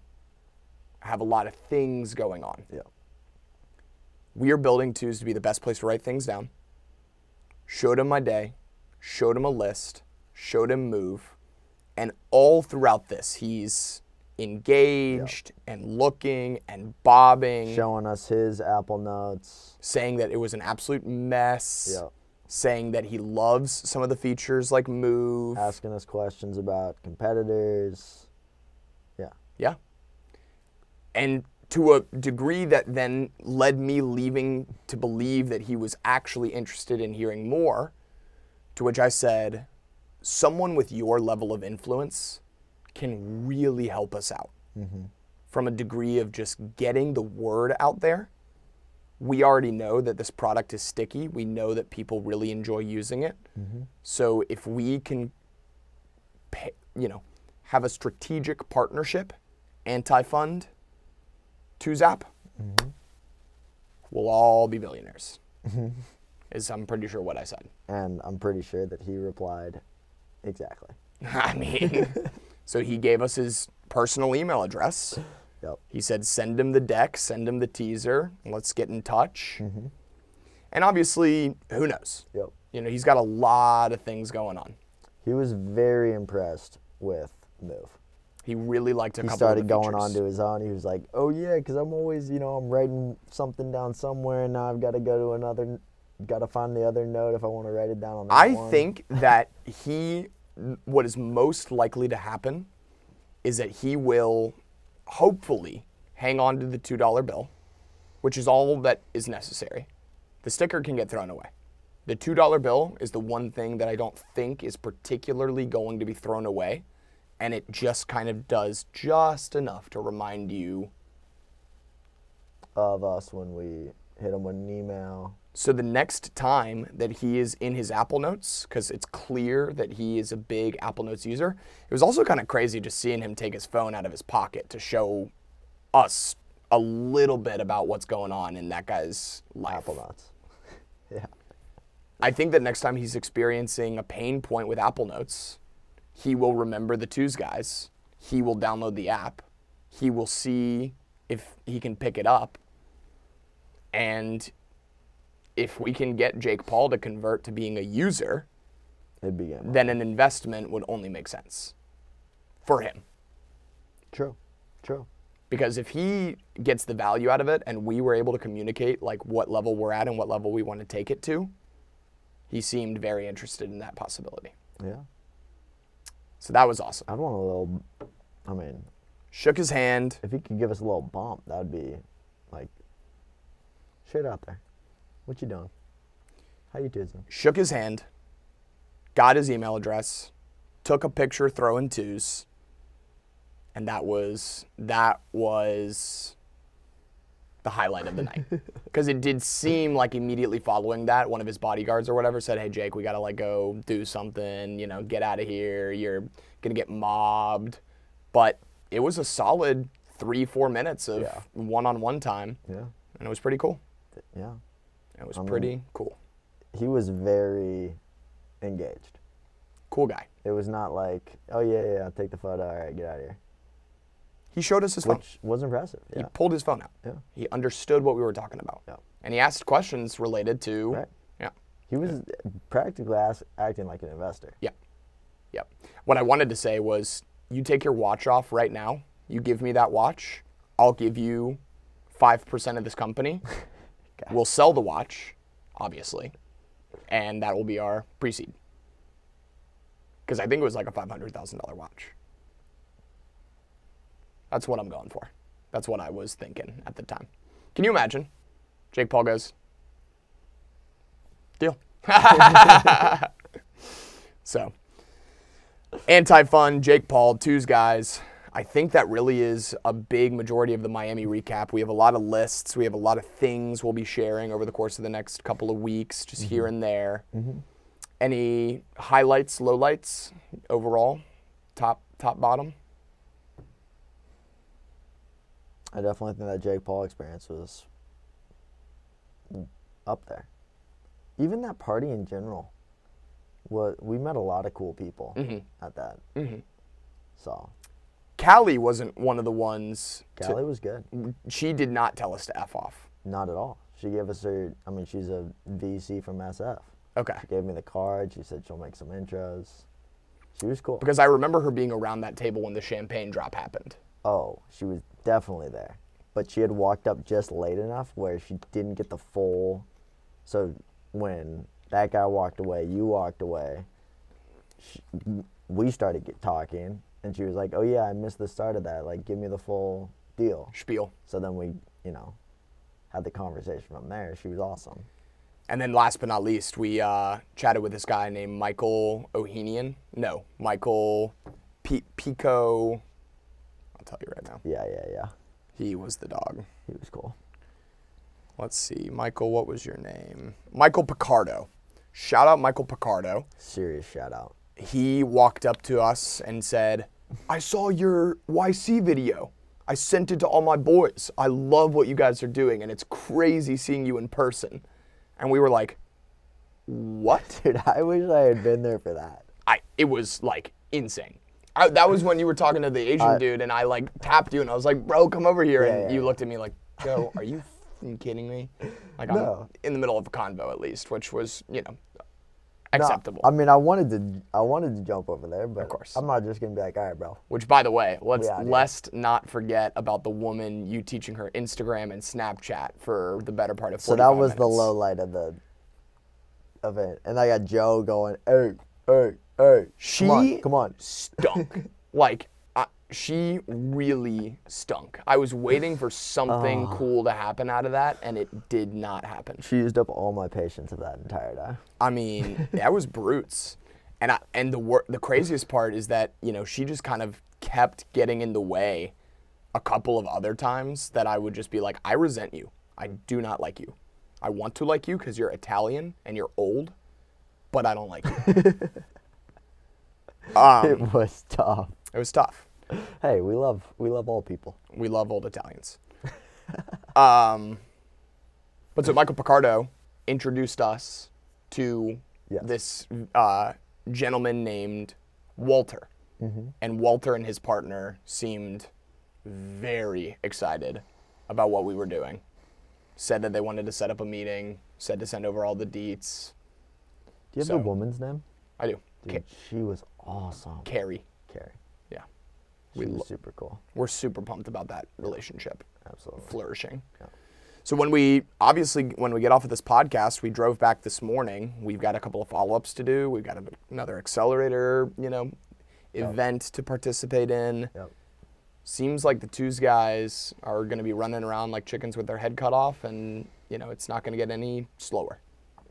[SPEAKER 3] have a lot of things going on.
[SPEAKER 4] Yeah.
[SPEAKER 3] We are building twos to be the best place to write things down. Showed him my day, showed him a list, showed him move, and all throughout this, he's engaged and looking and bobbing,
[SPEAKER 4] Showing us his Apple notes.
[SPEAKER 3] saying that it was an absolute mess,
[SPEAKER 4] Yeah.
[SPEAKER 3] saying that he loves some of the features like move.
[SPEAKER 4] asking us questions about competitors. Yeah.
[SPEAKER 3] Yeah. And to a degree that then led me leaving to believe that he was actually interested in hearing more, to which I said, someone with your level of influence can really help us out from a degree of just getting the word out there. We already know that this product is sticky. We know that people really enjoy using it. So if we can pa- you know, have a strategic partnership, anti-fund, to Zap,
[SPEAKER 4] Mm-hmm.
[SPEAKER 3] we'll all be billionaires.
[SPEAKER 4] Mm-hmm.
[SPEAKER 3] Is I'm pretty sure what I said.
[SPEAKER 4] And I'm pretty sure that he replied, exactly.
[SPEAKER 3] I mean, so he gave us his personal email address.
[SPEAKER 4] Yep.
[SPEAKER 3] He said, send him the deck, send him the teaser, let's get in touch.
[SPEAKER 4] Mm-hmm.
[SPEAKER 3] And obviously, who knows?
[SPEAKER 4] Yep.
[SPEAKER 3] You know, he's got a lot of things going on.
[SPEAKER 4] He was very impressed with Move.
[SPEAKER 3] He really liked a
[SPEAKER 4] he
[SPEAKER 3] couple
[SPEAKER 4] started
[SPEAKER 3] of the
[SPEAKER 4] going
[SPEAKER 3] features.
[SPEAKER 4] onto his own. He was like, "Oh yeah, 'cause I'm always, you know, I'm writing something down somewhere, and now I've got to go to another, got to find the other note if I want to write it down on that
[SPEAKER 3] I
[SPEAKER 4] one."
[SPEAKER 3] think that he, what is most likely to happen, is that he will, hopefully, hang on to the two dollar bill, which is all that is necessary. The sticker can get thrown away. The two dollar bill is the one thing that I don't think is particularly going to be thrown away, and it just kind of does just enough to remind you.
[SPEAKER 4] of us when we hit him with an email.
[SPEAKER 3] So the next time that he is in his Apple Notes, because it's clear that he is a big Apple Notes user, it was also kind of crazy just seeing him take his phone out of his pocket to show us a little bit about what's going on in that guy's life.
[SPEAKER 4] Apple nuts. yeah.
[SPEAKER 3] I think that next time he's experiencing a pain point with Apple Notes, he will remember the twos guys. He will download the app. He will see if he can pick it up. And if we can get Jake Paul to convert to being a user,
[SPEAKER 4] It began.
[SPEAKER 3] then an investment would only make sense for him.
[SPEAKER 4] True. True.
[SPEAKER 3] Because if he gets the value out of it and we were able to communicate like what level we're at and what level we want to take it to, he seemed very interested in that possibility.
[SPEAKER 4] Yeah.
[SPEAKER 3] So that was awesome.
[SPEAKER 4] I'd want a little. I mean,
[SPEAKER 3] Shook his hand.
[SPEAKER 4] if he could give us a little bump, that would be like straight out there. What you doing? How you doing?
[SPEAKER 3] shook his hand, got his email address, took a picture throwing twos, and that was that was the highlight of the night. Because it did seem like immediately following that, one of his bodyguards or whatever said, "Hey Jake, we gotta like go do something. You know, get out of here. You're gonna get mobbed." But it was a solid three, four minutes of
[SPEAKER 4] Yeah.
[SPEAKER 3] one-on-one time,
[SPEAKER 4] Yeah.
[SPEAKER 3] and it was pretty cool.
[SPEAKER 4] Yeah.
[SPEAKER 3] It was
[SPEAKER 4] I mean-
[SPEAKER 3] pretty cool.
[SPEAKER 4] He was very engaged.
[SPEAKER 3] Cool guy.
[SPEAKER 4] It was not like, oh yeah, yeah, yeah, take the photo. All right, get out of here.
[SPEAKER 3] He showed us his phone.
[SPEAKER 4] Which was impressive.
[SPEAKER 3] He
[SPEAKER 4] Yeah.
[SPEAKER 3] pulled his phone out.
[SPEAKER 4] Yeah.
[SPEAKER 3] He understood what we were talking about.
[SPEAKER 4] Yeah.
[SPEAKER 3] And he asked questions related to.
[SPEAKER 4] Right.
[SPEAKER 3] Yeah.
[SPEAKER 4] He was practically as- acting like an investor.
[SPEAKER 3] Yeah. Yeah. What I wanted to say was you take your watch off right now, you give me that watch, I'll give you 5% of this company. We'll sell the watch, obviously, and that will be our pre seed. Because I think it was like a $500,000 watch. That's what I'm going for. That's what I was thinking at the time. Can you imagine? Jake Paul goes, deal. So, anti fun, Jake Paul, twos guys. I think that really is a big majority of the Miami recap. We have a lot of lists. We have a lot of things we'll be sharing over the course of the next couple of weeks, just
[SPEAKER 4] Mm-hmm.
[SPEAKER 3] here and there. Any highlights, lowlights overall, top, top, bottom?
[SPEAKER 4] I definitely think that Jake Paul experience was up there. Even that party in general, was, we met a lot of cool people at that. Mm-hmm. So,
[SPEAKER 3] Callie wasn't one of the ones. to- Mm-hmm.
[SPEAKER 4] Callie was good.
[SPEAKER 3] she did not tell us to f off.
[SPEAKER 4] Not at all. She gave us her, I mean, she's a VC from SF.
[SPEAKER 3] Okay.
[SPEAKER 4] She gave me the card. She said she'll make some intros. She was cool.
[SPEAKER 3] Because I remember her being around that table when the champagne drop happened.
[SPEAKER 4] Oh, she was definitely there. But she had walked up just late enough where she didn't get the full. So when that guy walked away, you walked away. She, we started get talking, and she was like, "Oh yeah, I missed the start of that. Like, give me the full deal."
[SPEAKER 3] Spiel.
[SPEAKER 4] So then we, you know, had the conversation from there. She was awesome.
[SPEAKER 3] And then last but not least, we uh, chatted with this guy named Michael Ohanian. No, Michael P- Pico. I'll tell you right now.
[SPEAKER 4] Yeah, yeah, yeah.
[SPEAKER 3] He was the dog.
[SPEAKER 4] He was cool.
[SPEAKER 3] Let's see. Michael, what was your name? Michael Picardo. Shout out Michael Picardo.
[SPEAKER 4] Serious shout out.
[SPEAKER 3] He walked up to us and said, I saw your YC video. I sent it to all my boys. I love what you guys are doing, and it's crazy seeing you in person. And we were like, What?
[SPEAKER 4] Dude, I wish I had been there for that.
[SPEAKER 3] I it was like insane. I, that was when you were talking to the Asian dude, and I like tapped you, and I was like, "Bro, come over here." and
[SPEAKER 4] yeah,
[SPEAKER 3] you
[SPEAKER 4] yeah.
[SPEAKER 3] looked at me like, "Yo, are you fucking kidding me?" Like I'm
[SPEAKER 4] No.
[SPEAKER 3] in the middle of a convo at least, which was you know
[SPEAKER 4] No,
[SPEAKER 5] acceptable.
[SPEAKER 4] I mean, I wanted to, I wanted to jump over there, but of
[SPEAKER 3] course.
[SPEAKER 4] I'm not just gonna be like, all right, bro.
[SPEAKER 3] Which, by the way, let's
[SPEAKER 4] Yeah, yeah.
[SPEAKER 3] lest not forget about the woman you teaching her Instagram and Snapchat for the better part of.
[SPEAKER 4] So that
[SPEAKER 3] 45
[SPEAKER 4] was the
[SPEAKER 3] minutes.
[SPEAKER 4] low light of the event, and I got Joe going, hey, hey, hey.
[SPEAKER 3] She
[SPEAKER 4] come on, come on.
[SPEAKER 3] stunk. like I, she really stunk. I was waiting for something cool to happen out of that, and it did not happen.
[SPEAKER 4] She used up all my patience of that entire day.
[SPEAKER 3] I mean, that was brutes. And I, and the wor- the craziest part is that you know she just kind of kept getting in the way a couple of other times that I would just be like, I resent you. I do not like you. I want to like you because you're Italian and you're old, but I don't like you.
[SPEAKER 4] It was tough.
[SPEAKER 3] it was tough.
[SPEAKER 4] Hey, we love, we love all people.
[SPEAKER 3] We love old Italians. um, but so Michael Picardo introduced us to
[SPEAKER 4] Yes.
[SPEAKER 3] this uh, gentleman named Walter. And Walter and his partner seemed very excited about what we were doing. Said that they wanted to set up a meeting, said to send over all the deets.
[SPEAKER 4] Do you have
[SPEAKER 3] So-
[SPEAKER 4] the woman's name?
[SPEAKER 3] I do.
[SPEAKER 4] Dude, she was awesome.
[SPEAKER 3] Ca- Carrie.
[SPEAKER 4] Carrie.
[SPEAKER 3] Yeah.
[SPEAKER 4] She
[SPEAKER 3] We
[SPEAKER 4] was
[SPEAKER 3] lo-
[SPEAKER 4] super cool.
[SPEAKER 3] we're super pumped about that relationship.
[SPEAKER 4] Absolutely.
[SPEAKER 3] flourishing. So when we obviously when we get off of this podcast, we drove back this morning. We've got a couple of follow-ups to do. We've got a, another accelerator, you know, event to participate in.
[SPEAKER 4] Yep.
[SPEAKER 3] Seems like the twos guys are going to be running around like chickens with their head cut off, and you know it's not going to get any slower.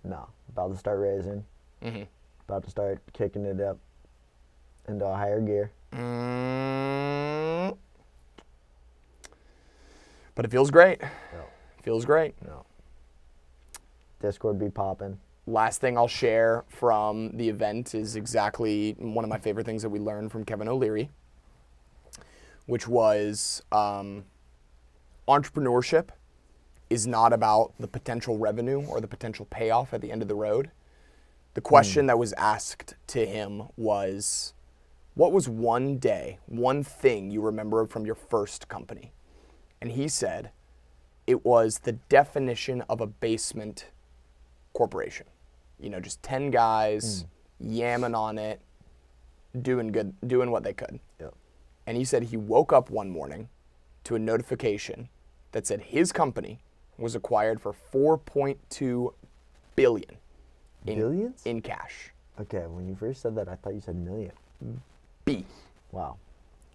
[SPEAKER 4] No. About to start raising. Mm-hmm.
[SPEAKER 3] Mhm.
[SPEAKER 4] About to start kicking it up into a higher gear.
[SPEAKER 3] Mm. But it feels great.
[SPEAKER 4] No.
[SPEAKER 3] Feels great.
[SPEAKER 4] No. Discord be popping.
[SPEAKER 3] last thing I'll share from the event is exactly one of my favorite things that we learned from Kevin O'Leary, which was um, entrepreneurship is not about the potential revenue or the potential payoff at the end of the road. The question that was asked to him was what was one day, one thing you remember from your first company? And he said, it was the definition of a basement corporation. You know, just ten guys yamming on it, doing good, doing what they could.
[SPEAKER 4] Yep.
[SPEAKER 3] And he said he woke up one morning to a notification that said his company was acquired for 4.2 billion in,
[SPEAKER 4] Billions?
[SPEAKER 3] in cash.
[SPEAKER 4] Okay, when you first said that, I thought you said million.
[SPEAKER 3] B.
[SPEAKER 4] Wow.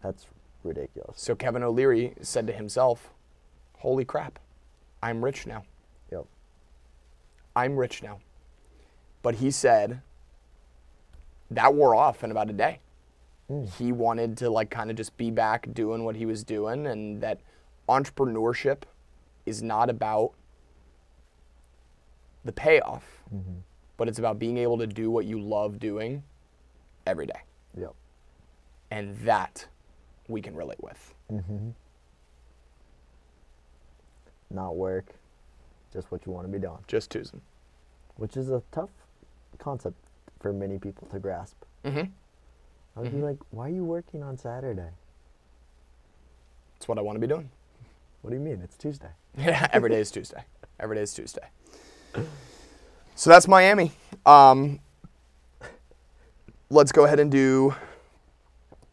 [SPEAKER 4] That's ridiculous.
[SPEAKER 3] So Kevin O'Leary said to himself, "Holy crap, I'm rich now."
[SPEAKER 4] Yep.
[SPEAKER 3] I'm rich now. But he said that wore off in about a day. He wanted to like kind of just be back doing what he was doing and that entrepreneurship is not about the payoff, but it's about being able to do what you love doing every day.
[SPEAKER 4] Yep.
[SPEAKER 3] And that we can relate with.
[SPEAKER 4] Not work. Just what you want to be doing.
[SPEAKER 3] Just Tuesday.
[SPEAKER 4] Which is a tough concept for many people to grasp.
[SPEAKER 3] Mhm.
[SPEAKER 4] I
[SPEAKER 3] Mm-hmm.
[SPEAKER 4] would be like, why are you working on Saturday?
[SPEAKER 3] That's what I want to be doing.
[SPEAKER 4] What do you mean? It's Tuesday.
[SPEAKER 3] Yeah, every day is Tuesday. Every day is Tuesday. So that's Miami. Um, let's go ahead and do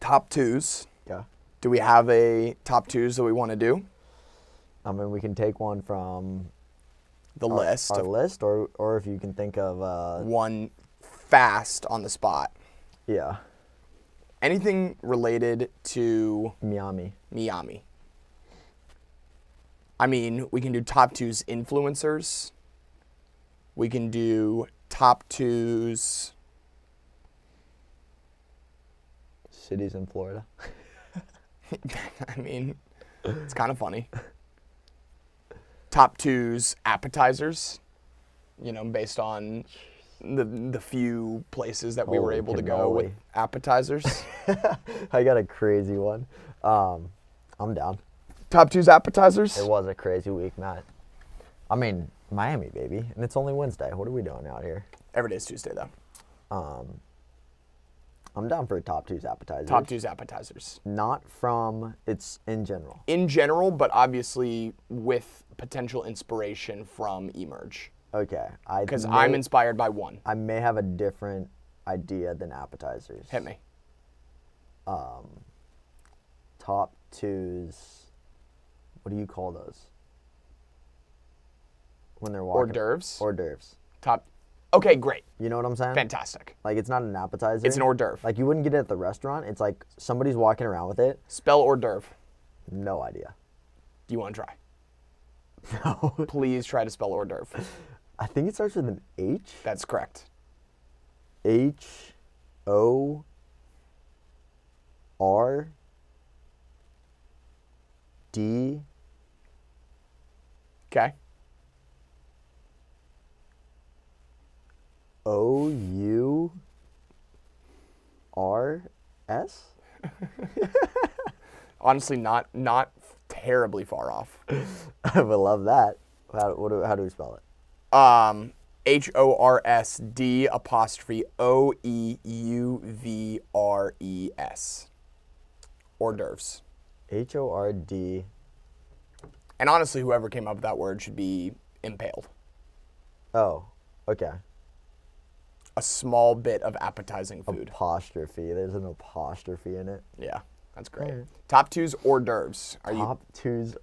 [SPEAKER 3] top twos.
[SPEAKER 4] Yeah.
[SPEAKER 3] Do we have a top twos that we want to do?
[SPEAKER 4] I mean, we can take one from
[SPEAKER 3] The
[SPEAKER 4] our,
[SPEAKER 3] list.
[SPEAKER 4] our
[SPEAKER 3] of
[SPEAKER 4] list, or or if you can think of, uh,
[SPEAKER 3] One fast on the spot.
[SPEAKER 4] yeah,
[SPEAKER 3] Anything related to
[SPEAKER 4] Miami.
[SPEAKER 3] Miami. I mean, we can do top twos influencers. We can do top twos.
[SPEAKER 4] cities in Florida.
[SPEAKER 3] I mean, it's kind of funny. Top twos appetizers, you know, based on the the few places that we were
[SPEAKER 4] Holy
[SPEAKER 3] able to go with
[SPEAKER 4] cannoli.
[SPEAKER 3] appetizers.
[SPEAKER 4] I got a crazy one. Um, I'm down.
[SPEAKER 3] Top twos appetizers.
[SPEAKER 4] It was a crazy week, Matt. I mean, Miami, baby, and it's only Wednesday. What are we doing out here?
[SPEAKER 3] Every day's Tuesday though.
[SPEAKER 4] I'm down for a top two's appetizer.
[SPEAKER 3] Top twos appetizers.
[SPEAKER 4] Not from it's in general.
[SPEAKER 3] In general, but obviously with potential inspiration from Emerge.
[SPEAKER 4] Okay. I
[SPEAKER 3] because
[SPEAKER 4] may-
[SPEAKER 3] I'm inspired by one.
[SPEAKER 4] I may have a different idea than appetizers.
[SPEAKER 3] Hit me.
[SPEAKER 4] Top twos. What do you call those? When they're walking.
[SPEAKER 3] Hors d'oeuvres.
[SPEAKER 4] Hors d'oeuvres.
[SPEAKER 3] Top. Okay, great.
[SPEAKER 4] You know what I'm saying?
[SPEAKER 3] Fantastic.
[SPEAKER 4] Like it's not an appetizer.
[SPEAKER 3] It's an hors d'oeuvre.
[SPEAKER 4] Like you wouldn't get it at the restaurant. It's like somebody's walking around with it.
[SPEAKER 3] Spell hors d'oeuvre.
[SPEAKER 4] No idea.
[SPEAKER 3] Do you want to try? No. Please try to spell hors d'oeuvre.
[SPEAKER 4] I think it starts with an H.
[SPEAKER 3] That's correct.
[SPEAKER 4] H O R D
[SPEAKER 3] Okay.
[SPEAKER 4] O U R S.
[SPEAKER 3] Honestly, not not terribly far off.
[SPEAKER 4] I would love that. How, what do, how do we spell it?
[SPEAKER 3] Um, H O R S D apostrophe O E U V R E S. Hors d'oeuvres.
[SPEAKER 4] H O R D.
[SPEAKER 3] And honestly, whoever came up with that word should be impaled.
[SPEAKER 4] Oh, okay.
[SPEAKER 3] A small bit of appetizing food.
[SPEAKER 4] Apostrophe. There's an apostrophe in it.
[SPEAKER 3] Yeah, that's great. Top two's hors d'oeuvres. Are you
[SPEAKER 4] Top two's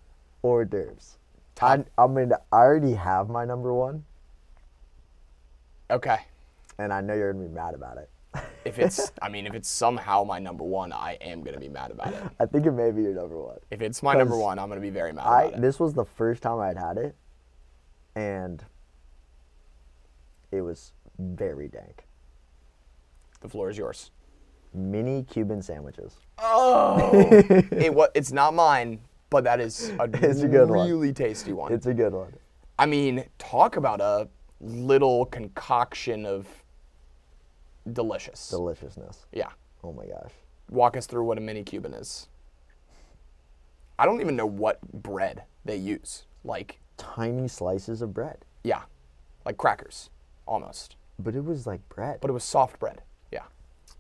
[SPEAKER 4] hors d'oeuvres.
[SPEAKER 3] Top-
[SPEAKER 4] I, I mean, I already have my number one,
[SPEAKER 3] okay?
[SPEAKER 4] and I know you're gonna be mad about it.
[SPEAKER 3] If it's, I mean, if it's somehow my number one, I am gonna be mad about it.
[SPEAKER 4] I think it may be your number one.
[SPEAKER 3] If it's my number
[SPEAKER 4] 'Cause
[SPEAKER 3] one, I'm gonna be very mad
[SPEAKER 4] I
[SPEAKER 3] about it.
[SPEAKER 4] this was the first time I'd had it, and it was very dank.
[SPEAKER 3] the floor is yours.
[SPEAKER 4] Mini Cuban sandwiches. Oh!
[SPEAKER 3] it wa It's not mine, but that is a,
[SPEAKER 4] It's a good one.
[SPEAKER 3] really tasty one.
[SPEAKER 4] It's a good one.
[SPEAKER 3] I mean, talk about a little concoction of delicious.
[SPEAKER 4] Deliciousness.
[SPEAKER 3] yeah.
[SPEAKER 4] Oh my gosh.
[SPEAKER 3] Walk us through what a mini Cuban is. I don't even know what bread they use. Like,
[SPEAKER 4] Tiny slices of bread,
[SPEAKER 3] yeah, like crackers, almost.
[SPEAKER 4] but it was like bread.
[SPEAKER 3] But it was soft bread. Yeah.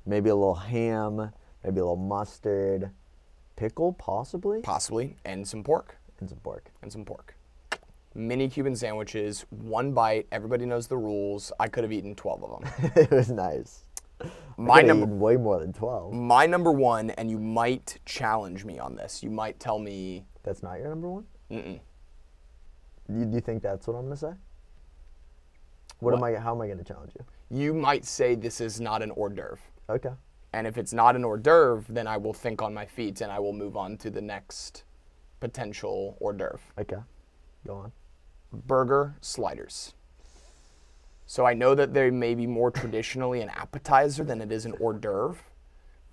[SPEAKER 4] Maybe a little ham, maybe a little mustard, pickle possibly,
[SPEAKER 3] Possibly, and some pork.
[SPEAKER 4] and some pork.
[SPEAKER 3] and some pork. Mini Cuban sandwiches, one bite. Everybody knows the rules. I could have eaten 12 of them.
[SPEAKER 4] it was nice.
[SPEAKER 3] My
[SPEAKER 4] Could've
[SPEAKER 3] number Mm.
[SPEAKER 4] eaten way more than twelve.
[SPEAKER 3] my number one, and you might challenge me on this. You might tell me,
[SPEAKER 4] That's not your number one.
[SPEAKER 3] Mm-mm.
[SPEAKER 4] You, do you think that's what I'm gonna say? What, am I? How am I gonna challenge you?
[SPEAKER 3] you might say this is not an hors d'oeuvre.
[SPEAKER 4] Okay.
[SPEAKER 3] And if it's not an hors d'oeuvre, then I will think on my feet and I will move on to the next potential hors d'oeuvre.
[SPEAKER 4] Okay. Go on.
[SPEAKER 3] burger sliders. So I know that they may be more traditionally an appetizer than it is an hors d'oeuvre,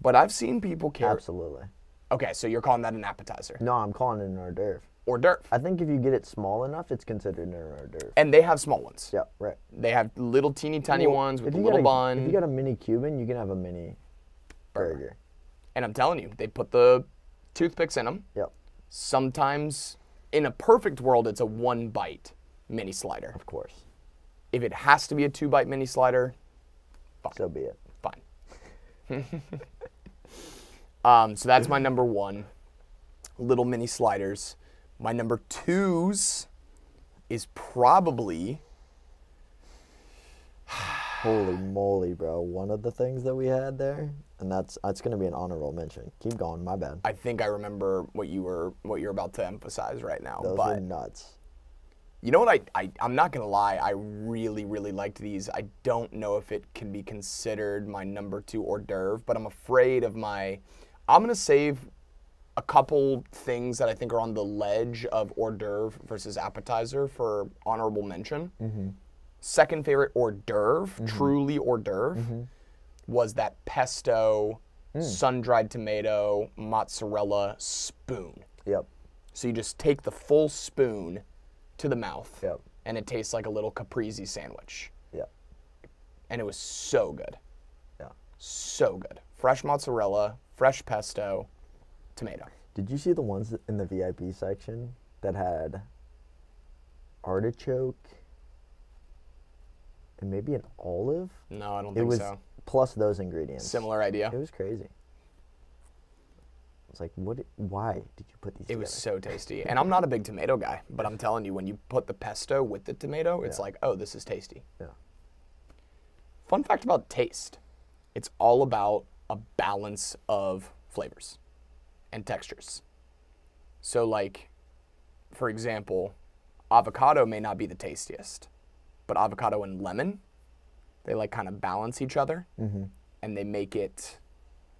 [SPEAKER 3] but I've seen people carry.
[SPEAKER 4] Absolutely.
[SPEAKER 3] Okay, so you're calling that an appetizer.
[SPEAKER 4] No, I'm calling it an hors d'oeuvre.
[SPEAKER 3] Hors d'oeuvre.
[SPEAKER 4] I think if you get it small enough, it's considered an hors d'oeuvre.
[SPEAKER 3] And they have small ones.
[SPEAKER 4] Yeah, right.
[SPEAKER 3] They have little teeny tiny
[SPEAKER 4] Well,
[SPEAKER 3] ones with
[SPEAKER 4] if
[SPEAKER 3] a
[SPEAKER 4] you
[SPEAKER 3] little
[SPEAKER 4] got a- If
[SPEAKER 3] bun.
[SPEAKER 4] you got a mini Cuban, you can have a mini burger.
[SPEAKER 3] and I'm telling you, they put the toothpicks in them.
[SPEAKER 4] Yep.
[SPEAKER 3] Sometimes, in a perfect world, it's a one bite mini slider.
[SPEAKER 4] Of course.
[SPEAKER 3] If it has to be a two bite mini slider,
[SPEAKER 4] So be it.
[SPEAKER 3] fine. um, so that's my number one, little mini sliders. My number twos is probably
[SPEAKER 4] Holy moly, bro! One of the things that we had there, and that's that's gonna be an honor roll mention. Keep going. My bad.
[SPEAKER 3] I think I remember what you were what you're about to emphasize right now.
[SPEAKER 4] Those
[SPEAKER 3] but
[SPEAKER 4] were nuts.
[SPEAKER 3] you know what I, I I'm not gonna lie, I really, really liked these. I don't know if it can be considered my number two hors d'oeuvre, but I'm afraid of my I'm gonna save a couple things that I think are on the ledge of hors d'oeuvre versus appetizer for honorable mention. Second favorite hors d'oeuvre, truly hors d'oeuvre, was that pesto, sun dried tomato, mozzarella spoon.
[SPEAKER 4] Yep.
[SPEAKER 3] So you just take the full spoon to the mouth,
[SPEAKER 4] Yep.
[SPEAKER 3] and it tastes like a little caprese sandwich.
[SPEAKER 4] Yep.
[SPEAKER 3] And it was so good,
[SPEAKER 4] Yeah.
[SPEAKER 3] so good. Fresh mozzarella, fresh pesto, tomato.
[SPEAKER 4] Did you see the ones in the VIP section that had artichoke and maybe an olive?
[SPEAKER 3] No, I don't
[SPEAKER 4] It
[SPEAKER 3] think
[SPEAKER 4] was
[SPEAKER 3] so.
[SPEAKER 4] plus those ingredients.
[SPEAKER 3] Similar idea.
[SPEAKER 4] It was crazy. was like, what? Why did you put these?
[SPEAKER 3] It was so tasty. And I'm not a big tomato guy, but I'm telling you, when you put the pesto with the tomato, it's
[SPEAKER 4] Yeah.
[SPEAKER 3] like, oh, this is tasty.
[SPEAKER 4] Yeah.
[SPEAKER 3] Fun fact about taste it's all about a balance of flavors and textures. So, like, for example, avocado may not be the tastiest, but avocado and lemon, they like kind of balance each other and they make it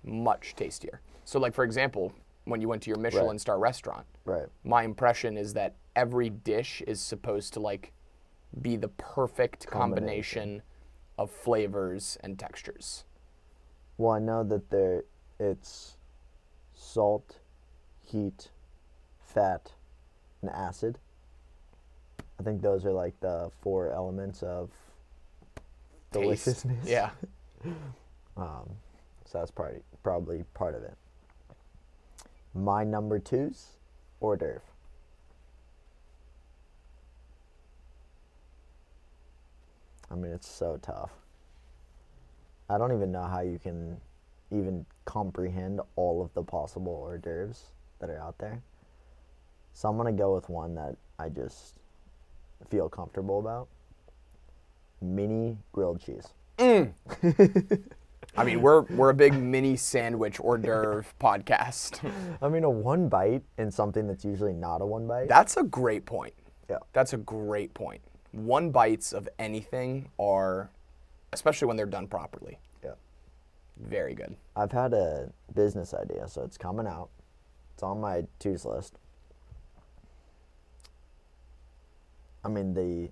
[SPEAKER 3] much tastier. So, like, for example, when you went to your Michelin star restaurant,
[SPEAKER 4] Right.
[SPEAKER 3] my impression is that every dish is supposed to like be the perfect combination, of flavors and textures.
[SPEAKER 4] Well, I know that there it's salt, heat, fat, and acid. I think those are like the four elements of
[SPEAKER 3] Taste.
[SPEAKER 4] deliciousness.
[SPEAKER 3] Yeah.
[SPEAKER 4] Um, so that's probably probably part of it. My number twos, hors d'oeuvre. I mean, it's so tough. I don't even know how you can even comprehend all of the possible hors d'oeuvres that are out there. So I'm gonna go with one that I just feel comfortable about. Mini grilled cheese.
[SPEAKER 3] I mean, we're we're a big mini sandwich hors d'oeuvre podcast.
[SPEAKER 4] I mean, a one bite and something that's usually not a one bite.
[SPEAKER 3] That's a great point.
[SPEAKER 4] yeah.
[SPEAKER 3] That's a great point. One bites of anything are especially when they're done properly.
[SPEAKER 4] Yeah.
[SPEAKER 3] Very good.
[SPEAKER 4] I've had a business idea, so it's coming out. It's on my twos list. I mean, the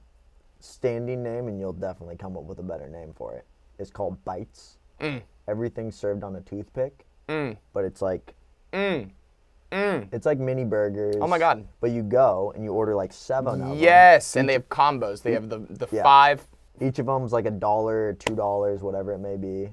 [SPEAKER 4] standing name, and you'll definitely come up with a better name for it. It's called bites.
[SPEAKER 3] Mm.
[SPEAKER 4] Everything's served on a toothpick, but it's like, it's like mini burgers.
[SPEAKER 3] Mm. Oh my God.
[SPEAKER 4] But you go and you order like seven of them.
[SPEAKER 3] Yes, and they have combos. They have the the
[SPEAKER 4] Yeah.
[SPEAKER 3] five
[SPEAKER 4] Each of them's like a dollar, two dollars, whatever it may be.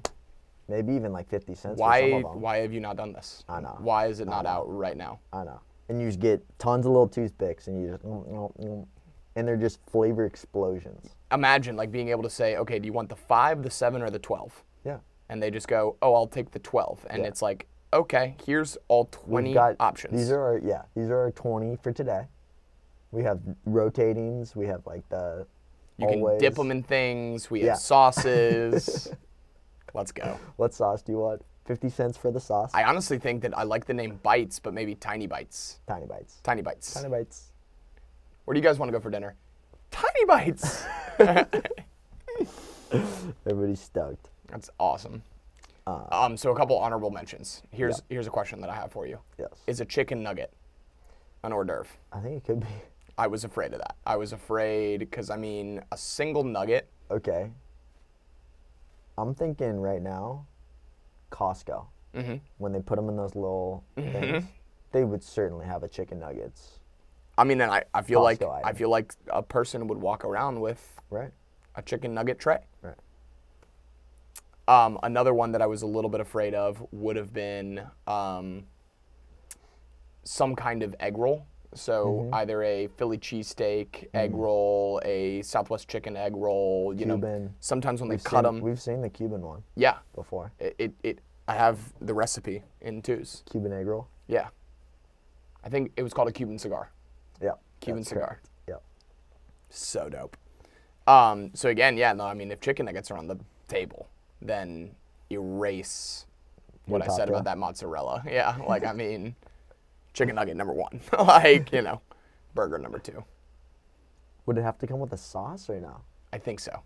[SPEAKER 4] Maybe even like 50 cents for some
[SPEAKER 3] Why
[SPEAKER 4] of them.
[SPEAKER 3] why have you not done this?
[SPEAKER 4] I know.
[SPEAKER 3] Why is it not out right now?
[SPEAKER 4] I know. And you just get tons of little toothpicks and you just, mm, mm, mm, and they're just flavor explosions.
[SPEAKER 3] Imagine like being able to say, okay, do you want the five, the seven, or the twelve?
[SPEAKER 4] Yeah.
[SPEAKER 3] And they just go, oh, I'll take the twelve, and
[SPEAKER 4] Yeah.
[SPEAKER 3] it's like, okay, here's all
[SPEAKER 4] We've
[SPEAKER 3] 20
[SPEAKER 4] got-
[SPEAKER 3] options.
[SPEAKER 4] These are our, yeah, these are our 20 for today. We have rotatings, we have like the,
[SPEAKER 3] you can dip them in things. We
[SPEAKER 4] Yeah.
[SPEAKER 3] have sauces. Let's go.
[SPEAKER 4] What sauce do you want? 50 cents for the sauce.
[SPEAKER 3] I honestly think that I like the name bites, but maybe tiny bites.
[SPEAKER 4] Tiny bites.
[SPEAKER 3] Tiny bites.
[SPEAKER 4] Tiny bites.
[SPEAKER 3] Where do you guys want to go for dinner? Tiny bites.
[SPEAKER 4] Everybody's stoked.
[SPEAKER 3] That's awesome.
[SPEAKER 4] Uh.
[SPEAKER 3] um, so a couple honorable mentions. Here's here's a question that I have for you.
[SPEAKER 4] Yes.
[SPEAKER 3] Is a chicken nugget an hors d'oeuvre?
[SPEAKER 4] I think it could be.
[SPEAKER 3] I was afraid of that. I was afraid because I mean a single nugget.
[SPEAKER 4] Okay. I'm thinking right now, Costco. Mm-hmm. When they put them in those little
[SPEAKER 3] Mm-hmm.
[SPEAKER 4] things, they would certainly have a chicken nuggets,
[SPEAKER 3] I mean, and I, I feel like
[SPEAKER 4] Costco
[SPEAKER 3] I
[SPEAKER 4] item.
[SPEAKER 3] feel like a person would walk around with
[SPEAKER 4] right?
[SPEAKER 3] a chicken nugget tray.
[SPEAKER 4] Right.
[SPEAKER 3] Um, another one that I was a little bit afraid of would have been um, some kind of egg roll. So
[SPEAKER 4] Mm-hmm.
[SPEAKER 3] either a Philly
[SPEAKER 4] Mm.
[SPEAKER 3] cheesesteak egg roll, a Southwest chicken egg roll. You know,
[SPEAKER 4] Cuban.
[SPEAKER 3] sometimes when they cut
[SPEAKER 4] seen,
[SPEAKER 3] them,
[SPEAKER 4] We've seen the Cuban one
[SPEAKER 3] yeah,
[SPEAKER 4] before.
[SPEAKER 3] it, it, it. I have the recipe in twos.
[SPEAKER 4] Cuban egg roll.
[SPEAKER 3] Yeah, I think it was called a Cuban cigar.
[SPEAKER 4] Yeah.
[SPEAKER 3] Cuban
[SPEAKER 4] that's
[SPEAKER 3] cigar.
[SPEAKER 4] correct. Yep.
[SPEAKER 3] So dope. Um, so again, yeah, no, I mean, if chicken nuggets are on the table, then erase what I
[SPEAKER 4] top
[SPEAKER 3] said about
[SPEAKER 4] guy.
[SPEAKER 3] that mozzarella. Yeah, like I mean, chicken nugget number one. like you know, burger number two.
[SPEAKER 4] Would it have to come with a sauce or no?
[SPEAKER 3] I think so.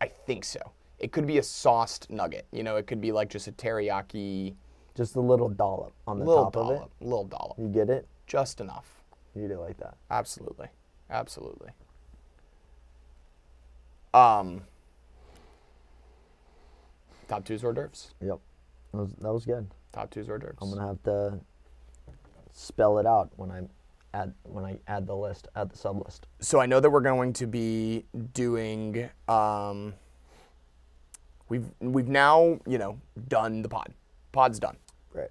[SPEAKER 3] I think so. It could be a sauced nugget. You know, it could be like just a teriyaki
[SPEAKER 4] Just a little dollop on the
[SPEAKER 3] little
[SPEAKER 4] top
[SPEAKER 3] dollop,
[SPEAKER 4] of it.
[SPEAKER 3] little dollop,
[SPEAKER 4] You get it?
[SPEAKER 3] just enough.
[SPEAKER 4] You do like that.
[SPEAKER 3] Absolutely. Absolutely. Um Top twos hors d'oeuvres.
[SPEAKER 4] Yep. That was, that was good.
[SPEAKER 3] Top twos hors d'oeuvres.
[SPEAKER 4] I'm gonna have to spell it out when I add when I add the list, add the sub list.
[SPEAKER 3] So I know that we're going to be doing um we've we've now, you know, done the pod. Pod's done.
[SPEAKER 4] Right.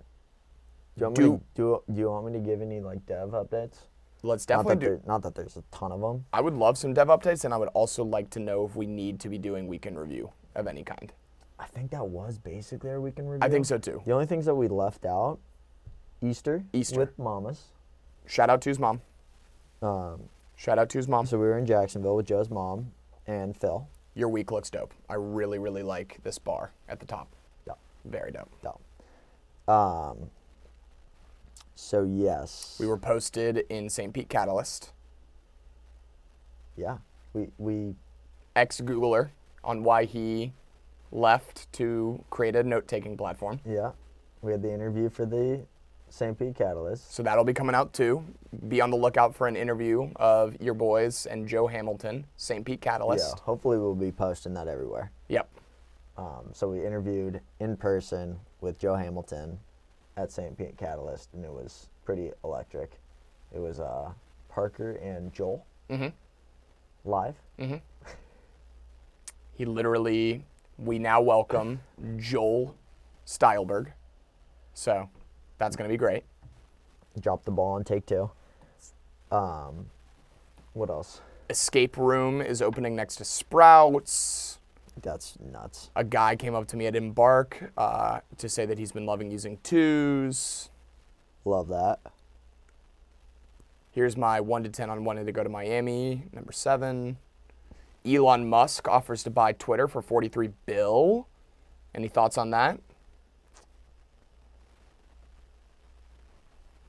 [SPEAKER 4] Do you want
[SPEAKER 3] Do-
[SPEAKER 4] me to, do, do you want me to give any like dev updates?
[SPEAKER 3] Let's
[SPEAKER 4] Not
[SPEAKER 3] definitely
[SPEAKER 4] that,
[SPEAKER 3] do
[SPEAKER 4] there, not that there's a ton of them.
[SPEAKER 3] I would love some dev updates and I would also like to know if we need to be doing weekend review of any kind.
[SPEAKER 4] I think that was basically our weekend review.
[SPEAKER 3] I think so too.
[SPEAKER 4] The only things that we left out Easter,
[SPEAKER 3] Easter.
[SPEAKER 4] with mamas.
[SPEAKER 3] Shout out to his mom.
[SPEAKER 4] Um,
[SPEAKER 3] Shout out to his mom.
[SPEAKER 4] so we were in Jacksonville with Joe's mom and Phil.
[SPEAKER 3] Your week looks dope. I really, really like this bar at the top.
[SPEAKER 4] Yep.
[SPEAKER 3] Very dope.
[SPEAKER 4] Yep. Um, so yes,
[SPEAKER 3] We were posted in St. Pete Catalyst,
[SPEAKER 4] yeah we we
[SPEAKER 3] ex Googler, on why he left to create a note taking platform.
[SPEAKER 4] yeah we had the interview for the St. Pete Catalyst.
[SPEAKER 3] So that'll be coming out too. Be on the lookout for an interview of your boys and Joe Hamilton, St. Pete Catalyst.
[SPEAKER 4] Yeah, hopefully we'll be posting that everywhere.
[SPEAKER 3] Yep.
[SPEAKER 4] Um, so we interviewed in person with Joe Hamilton at St. Pete Catalyst, and it was pretty electric. It was uh, Parker and Joel live.
[SPEAKER 3] He literally, we now welcome Joel Steilberg. So that's going to be great.
[SPEAKER 4] Dropped the ball on take two. Um, what else?
[SPEAKER 3] Escape Room is opening next to Sprouts.
[SPEAKER 4] That's nuts.
[SPEAKER 3] A guy came up to me at Embark uh, to say that he's been loving using twos.
[SPEAKER 4] Love that.
[SPEAKER 3] Here's my 1 to 10 on wanting to go to Miami, number 7. Elon Musk offers to buy Twitter for 43 bill. Any thoughts on that?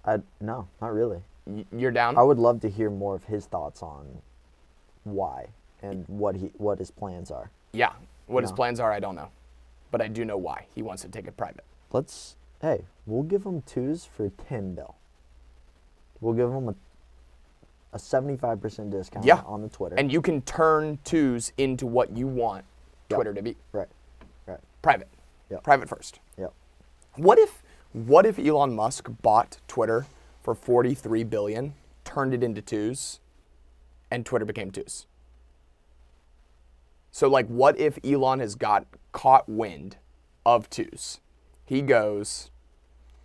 [SPEAKER 4] I no, not really.
[SPEAKER 3] Y- You're down?
[SPEAKER 4] I would love to hear more of his thoughts on why and what he what his plans are.
[SPEAKER 3] Yeah. What his
[SPEAKER 4] No.
[SPEAKER 3] plans are, I don't know. But I do know why. He wants to take it private.
[SPEAKER 4] Let's hey, we'll give him twos for ten bill. We'll give him a a seventy five percent discount
[SPEAKER 3] Yeah.
[SPEAKER 4] on the Twitter.
[SPEAKER 3] And you can turn twos into what you want
[SPEAKER 4] Yep.
[SPEAKER 3] Twitter to be.
[SPEAKER 4] right, right,
[SPEAKER 3] Private.
[SPEAKER 4] Yep.
[SPEAKER 3] Private first.
[SPEAKER 4] yep.
[SPEAKER 3] What if what if Elon Musk bought Twitter for 43 billion, turned it into twos, and Twitter became twos? So like what if Elon has got caught wind of twos? He goes,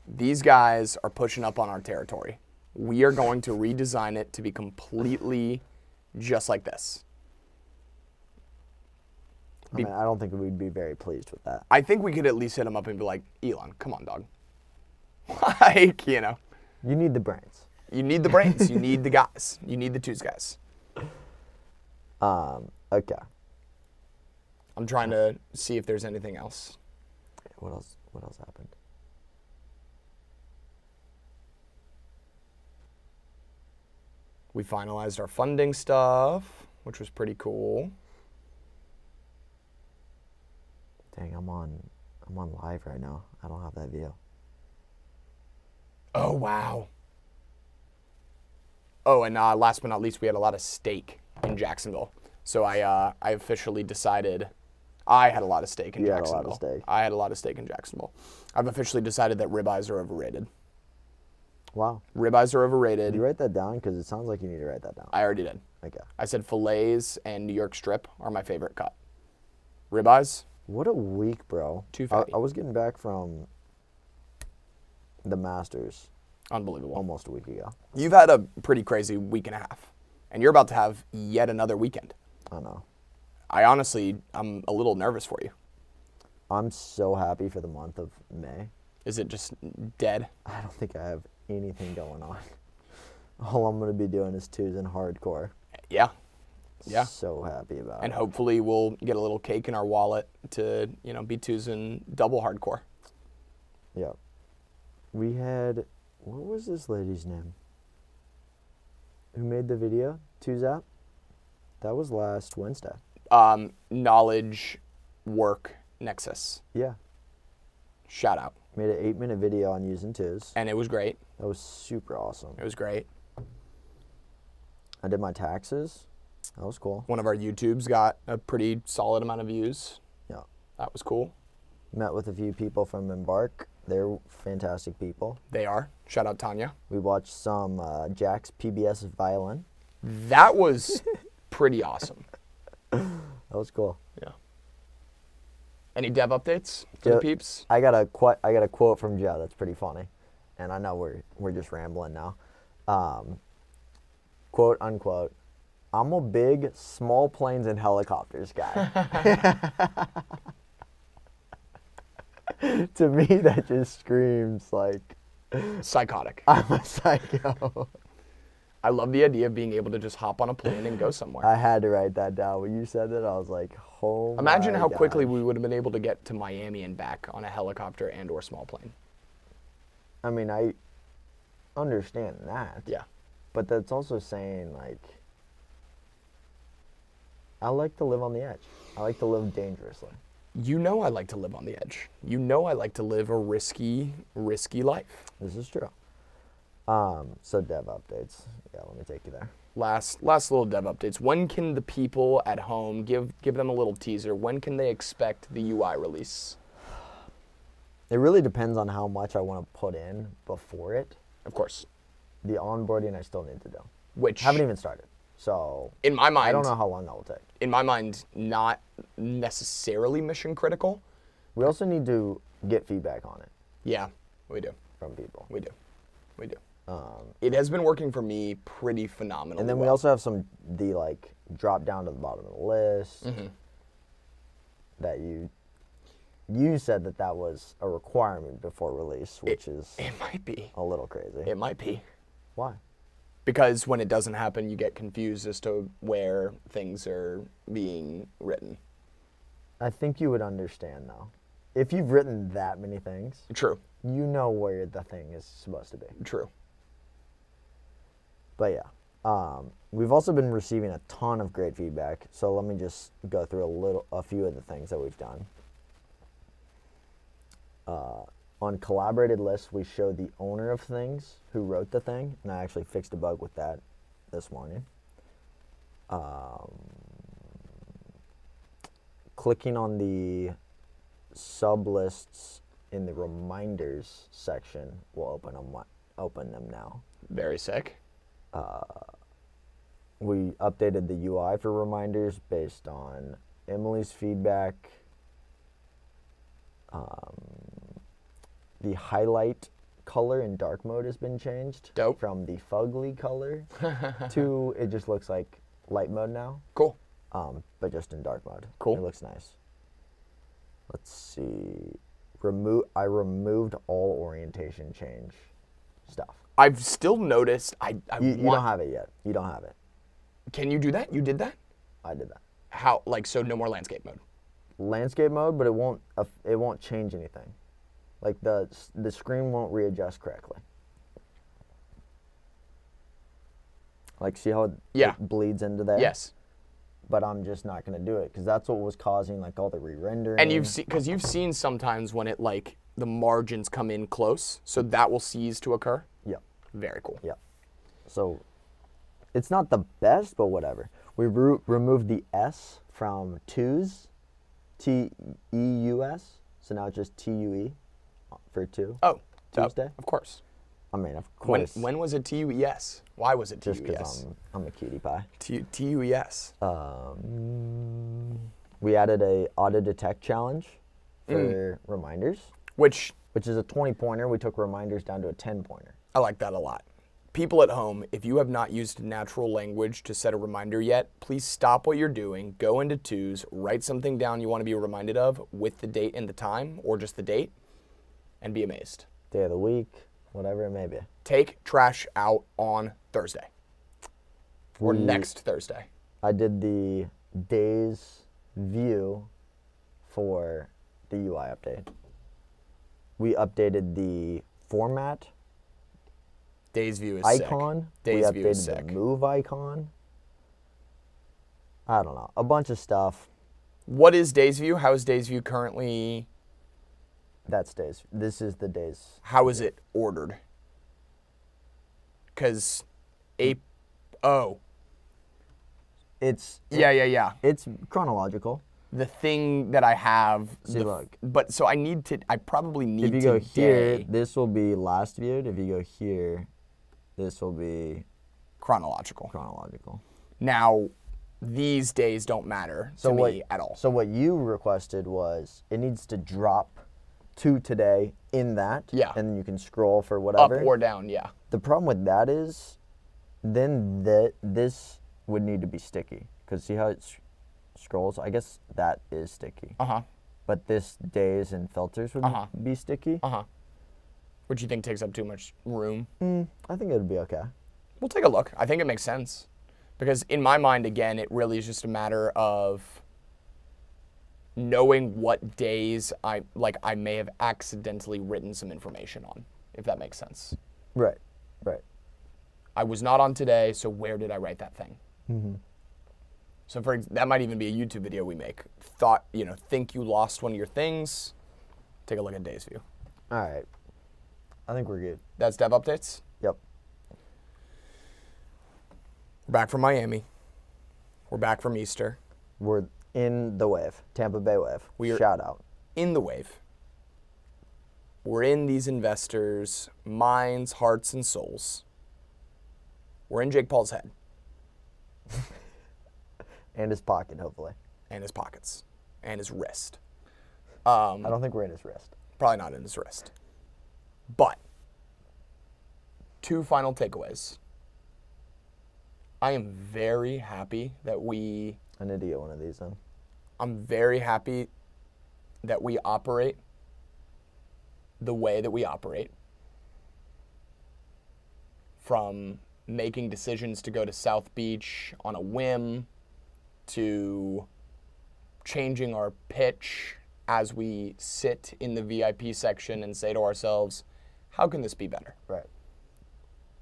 [SPEAKER 3] these guys are pushing up on our territory. We are going to redesign it to be completely just like this.
[SPEAKER 4] I,
[SPEAKER 3] Be-
[SPEAKER 4] mean, I don't think we'd be very pleased with that.
[SPEAKER 3] I think we could at least hit him up and be like, Elon, come on, dog. like, you know,
[SPEAKER 4] You need the brains.
[SPEAKER 3] you need the brains, you need the guys, you need the twos guys.
[SPEAKER 4] Um, okay.
[SPEAKER 3] I'm trying to see if there's anything else.
[SPEAKER 4] What else? What else happened?
[SPEAKER 3] We finalized our funding stuff, which was pretty cool.
[SPEAKER 4] Dang, I'm on. I'm on live right now. I don't have that view.
[SPEAKER 3] Oh, wow. Oh, and uh, last but not least, we had a lot of steak in Jacksonville. So I, uh, I officially decided I had a lot of steak in
[SPEAKER 4] You had a
[SPEAKER 3] Jacksonville.
[SPEAKER 4] lot of steak.
[SPEAKER 3] I had a lot of steak in Jacksonville. I've officially decided that ribeyes are overrated.
[SPEAKER 4] Wow.
[SPEAKER 3] Ribeyes are overrated.
[SPEAKER 4] Did you write that down? Because it sounds like you need to write that down.
[SPEAKER 3] I already did.
[SPEAKER 4] okay.
[SPEAKER 3] I said fillets and New York strip are my favorite cut. Ribeyes,
[SPEAKER 4] What a week, bro.
[SPEAKER 3] Too
[SPEAKER 4] I,
[SPEAKER 3] fatty.
[SPEAKER 4] I was getting back from the Masters
[SPEAKER 3] unbelievable.
[SPEAKER 4] almost a week ago.
[SPEAKER 3] You've had a pretty crazy week and a half, and you're about to have yet another weekend.
[SPEAKER 4] I know.
[SPEAKER 3] I honestly, I'm a little nervous for you.
[SPEAKER 4] I'm so happy for the month of May.
[SPEAKER 3] Is it just dead?
[SPEAKER 4] I don't think I have anything going on. All I'm gonna be doing is twos and hardcore.
[SPEAKER 3] Yeah. Yeah.
[SPEAKER 4] So happy about
[SPEAKER 3] And
[SPEAKER 4] it.
[SPEAKER 3] hopefully we'll get a little cake in our wallet to, you know, be twosing double hardcore.
[SPEAKER 4] Yep. We had what was this lady's name? Who made the video? Twos app? That was last Wednesday.
[SPEAKER 3] Um, knowledge, work, nexus.
[SPEAKER 4] Yeah.
[SPEAKER 3] Shout out.
[SPEAKER 4] Made an eight minute video on using twos.
[SPEAKER 3] And it was great.
[SPEAKER 4] That was super awesome.
[SPEAKER 3] It was great.
[SPEAKER 4] I did my taxes. That was cool.
[SPEAKER 3] One of our YouTubes got a pretty solid amount of views.
[SPEAKER 4] Yeah.
[SPEAKER 3] That was cool.
[SPEAKER 4] Met with a few people from Embark. They're fantastic people.
[SPEAKER 3] They are. Shout out Tanya.
[SPEAKER 4] We watched some uh, Jack's PBS violin.
[SPEAKER 3] That was pretty awesome.
[SPEAKER 4] That was cool.
[SPEAKER 3] Yeah. Any dev updates for
[SPEAKER 4] Joe-
[SPEAKER 3] the peeps?
[SPEAKER 4] I got a qu- I got a quote from Joe that's pretty funny, and I know we're we're just rambling now. Um, quote unquote. I'm a big small planes and helicopters guy. to me, that just screams like
[SPEAKER 3] Psychotic.
[SPEAKER 4] I'm a psycho.
[SPEAKER 3] I love the idea of being able to just hop on a plane and go somewhere.
[SPEAKER 4] I had to write that down. When you said that, I was like, oh.
[SPEAKER 3] Imagine
[SPEAKER 4] my
[SPEAKER 3] how quickly
[SPEAKER 4] gosh.
[SPEAKER 3] we would have been able to get to Miami and back on a helicopter and or small plane.
[SPEAKER 4] I mean, I understand that.
[SPEAKER 3] Yeah.
[SPEAKER 4] But that's also saying like I like to live on the edge. I like to live dangerously.
[SPEAKER 3] You know I like to live on the edge. You know I like to live a risky, risky life.
[SPEAKER 4] This is true. Um, so dev updates. Yeah, let me take you there.
[SPEAKER 3] Last last little dev updates. When can the people at home give give them a little teaser? When can they expect the UI release?
[SPEAKER 4] It really depends on how much I want to put in before it.
[SPEAKER 3] Of course.
[SPEAKER 4] The onboarding I still need to do.
[SPEAKER 3] Which
[SPEAKER 4] Haven't even started. So
[SPEAKER 3] in my mind
[SPEAKER 4] I don't know how long that will take.
[SPEAKER 3] in my mind not necessarily mission critical.
[SPEAKER 4] We also need to get feedback on it
[SPEAKER 3] Yeah, we do.
[SPEAKER 4] from people.
[SPEAKER 3] We do. We do. it has been working for me pretty phenomenally.
[SPEAKER 4] Um, And then we
[SPEAKER 3] well.
[SPEAKER 4] also have some the like drop down to the bottom of the list
[SPEAKER 3] Mm-hmm.
[SPEAKER 4] that you you said that that was a requirement before release, which is
[SPEAKER 3] It might be.
[SPEAKER 4] a little crazy.
[SPEAKER 3] It might be.
[SPEAKER 4] Why?
[SPEAKER 3] Because when it doesn't happen, you get confused as to where things are being written.
[SPEAKER 4] I think you would understand though. If you've written that many things,
[SPEAKER 3] True.
[SPEAKER 4] you know where the thing is supposed to be.
[SPEAKER 3] True.
[SPEAKER 4] But yeah, um, we've also been receiving a ton of great feedback. So let me just go through a little, a few of the things that we've done. Uh, on collaborated lists, we show the owner of things who wrote the thing, and I actually fixed a bug with that this morning. Um, clicking on the sublists in the reminders section will open them open them now
[SPEAKER 3] Very sick.
[SPEAKER 4] we updated the UI for reminders based on Emily's feedback. Um, the highlight color in dark mode has been changed
[SPEAKER 3] Dope.
[SPEAKER 4] from the fugly color to it just looks like light mode now,
[SPEAKER 3] Cool.
[SPEAKER 4] um, but just in dark mode.
[SPEAKER 3] Cool.
[SPEAKER 4] It looks nice. Let's see. Remo- I removed all orientation change stuff.
[SPEAKER 3] I've still noticed. I, I
[SPEAKER 4] You, you
[SPEAKER 3] want.
[SPEAKER 4] don't have it yet. You don't have it.
[SPEAKER 3] can you do that? You did that?
[SPEAKER 4] I did that.
[SPEAKER 3] How? Like, so no more landscape mode.
[SPEAKER 4] landscape mode, but it won't aff- it won't change anything. Like the s- the screen won't readjust correctly. Like see how it,
[SPEAKER 3] Yeah.
[SPEAKER 4] it bleeds into there.
[SPEAKER 3] Yes.
[SPEAKER 4] But I'm just not gonna do it because that's what was causing like all the re-rendering.
[SPEAKER 3] And you've seen, because you've seen sometimes when it, like, the margins come in close, so that will cease to occur.
[SPEAKER 4] Yep.
[SPEAKER 3] Very cool.
[SPEAKER 4] Yep. So it's not the best, but whatever. We re- removed the S from twos, T E U S. So now it's just T U E for two.
[SPEAKER 3] Oh, dope.
[SPEAKER 4] Tuesday.
[SPEAKER 3] Of course.
[SPEAKER 4] I mean, of
[SPEAKER 3] When,
[SPEAKER 4] course.
[SPEAKER 3] when was it TUES? E Why was it
[SPEAKER 4] just
[SPEAKER 3] TUES?
[SPEAKER 4] because I'm, Uh. I'm a cutie pie.
[SPEAKER 3] T- E TUES.
[SPEAKER 4] Um, we added a auto detect challenge
[SPEAKER 3] Mm.
[SPEAKER 4] for reminders,
[SPEAKER 3] Which
[SPEAKER 4] which is a 20 pointer. We took reminders down to a 10 pointer.
[SPEAKER 3] I like that a lot. People at home, if you have not used natural language to set a reminder yet, please stop what you're doing, go into twos, write something down you want to be reminded of with the date and the time, or just the date, and be amazed.
[SPEAKER 4] Day of the week, whatever it may be.
[SPEAKER 3] Take trash out on Thursday or next Thursday.
[SPEAKER 4] I did the days view for the UI update. We updated the format
[SPEAKER 3] Days view is sick.
[SPEAKER 4] icon.
[SPEAKER 3] Days
[SPEAKER 4] we
[SPEAKER 3] view is
[SPEAKER 4] updated the
[SPEAKER 3] sick.
[SPEAKER 4] move icon. I don't know. A bunch of stuff.
[SPEAKER 3] What is days view? How is days view currently?
[SPEAKER 4] That's days. This is the days
[SPEAKER 3] How is it ordered? Because a oh
[SPEAKER 4] it's
[SPEAKER 3] yeah yeah yeah.
[SPEAKER 4] it's chronological.
[SPEAKER 3] the thing that I have.
[SPEAKER 4] See,
[SPEAKER 3] the f-
[SPEAKER 4] look.
[SPEAKER 3] But so I need to. I probably need
[SPEAKER 4] If you
[SPEAKER 3] to
[SPEAKER 4] go here,
[SPEAKER 3] day
[SPEAKER 4] this will be last viewed. If you go here, this will be
[SPEAKER 3] chronological.
[SPEAKER 4] chronological.
[SPEAKER 3] Now, these days don't matter to me at all.
[SPEAKER 4] So what you requested was it needs to drop to today in that.
[SPEAKER 3] Yeah.
[SPEAKER 4] And then you can scroll for
[SPEAKER 3] up
[SPEAKER 4] whatever.
[SPEAKER 3] or down, yeah.
[SPEAKER 4] the problem with that is then that this would need to be sticky. Because see how it s- scrolls? I guess that is sticky.
[SPEAKER 3] Uh huh.
[SPEAKER 4] But this days and filters would
[SPEAKER 3] Uh-huh.
[SPEAKER 4] be sticky.
[SPEAKER 3] Uh huh. which you think takes up too much room.
[SPEAKER 4] I think it'd be okay.
[SPEAKER 3] We'll take a look. I think it makes sense. Because in my mind, again, it really is just a matter of knowing what days I like I may have accidentally written some information on, if that makes sense.
[SPEAKER 4] Right. Right.
[SPEAKER 3] I was not on today, so where did I write that thing? So for ex- that might even be a YouTube video we make. Thought you know, think you lost one of your things. Take a look at days view.
[SPEAKER 4] All right. I think we're good.
[SPEAKER 3] That's dev updates.
[SPEAKER 4] Yep.
[SPEAKER 3] We're back from Miami. We're back from Easter.
[SPEAKER 4] We're in the wave. Tampa Bay wave.
[SPEAKER 3] We are-
[SPEAKER 4] Shout out.
[SPEAKER 3] in the wave. We're in these investors' minds, hearts, and souls. We're in Jake Paul's head
[SPEAKER 4] And his pocket, hopefully.
[SPEAKER 3] and his pockets and his wrist. Um,
[SPEAKER 4] I don't think we're in his wrist.
[SPEAKER 3] Probably not in his wrist. But two final takeaways. I am very happy that we
[SPEAKER 4] I need to get one of these then.
[SPEAKER 3] I'm very happy that we operate the way that we operate from making decisions to go to South Beach on a whim to changing our pitch as we sit in the VIP section and say to ourselves, how can this be better?
[SPEAKER 4] Right.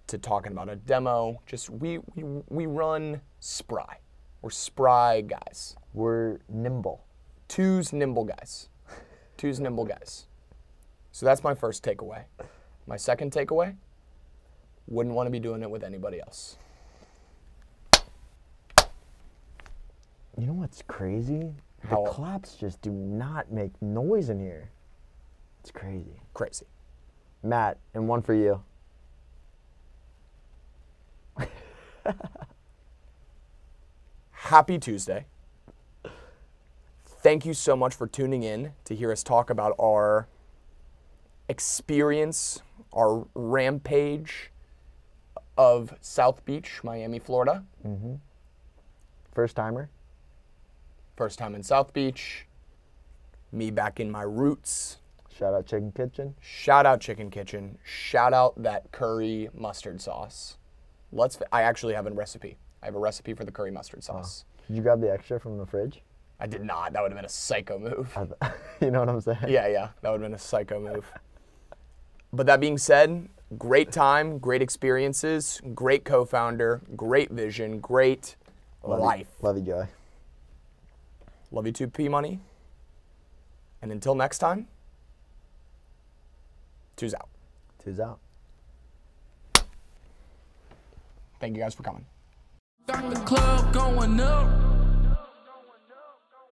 [SPEAKER 3] to talking about a demo, just we we, we run spry. We're spry guys.
[SPEAKER 4] We're nimble.
[SPEAKER 3] Two's nimble guys. Two's nimble guys. So that's my first takeaway. My second takeaway wouldn't want to be doing it with anybody else.
[SPEAKER 4] You know what's crazy? The
[SPEAKER 3] How-
[SPEAKER 4] claps just do not make noise in here. It's crazy.
[SPEAKER 3] Crazy.
[SPEAKER 4] Matt, and one for you.
[SPEAKER 3] Happy Tuesday. Thank you so much for tuning in to hear us talk about our experience, our rampage of South Beach, Miami, Florida.
[SPEAKER 4] First timer?
[SPEAKER 3] First time in South Beach. Me back in my roots.
[SPEAKER 4] Shout out Chicken Kitchen.
[SPEAKER 3] Shout out Chicken Kitchen. Shout out that curry mustard sauce. Let's. I actually have a recipe. I have a recipe for the curry mustard sauce.
[SPEAKER 4] Did you grab the extra from the fridge?
[SPEAKER 3] I did not. That would have been a psycho move.
[SPEAKER 4] I th- you know what I'm saying?
[SPEAKER 3] Yeah, yeah. That would have been a psycho move. but that being said, great time, great experiences, great co founder, great vision, great
[SPEAKER 4] Love you-
[SPEAKER 3] life.
[SPEAKER 4] Love you, Joey.
[SPEAKER 3] Love you too, P Money. And until next time, two's out.
[SPEAKER 4] Two's out.
[SPEAKER 3] Thank you guys for coming.
[SPEAKER 2] Got the club going up.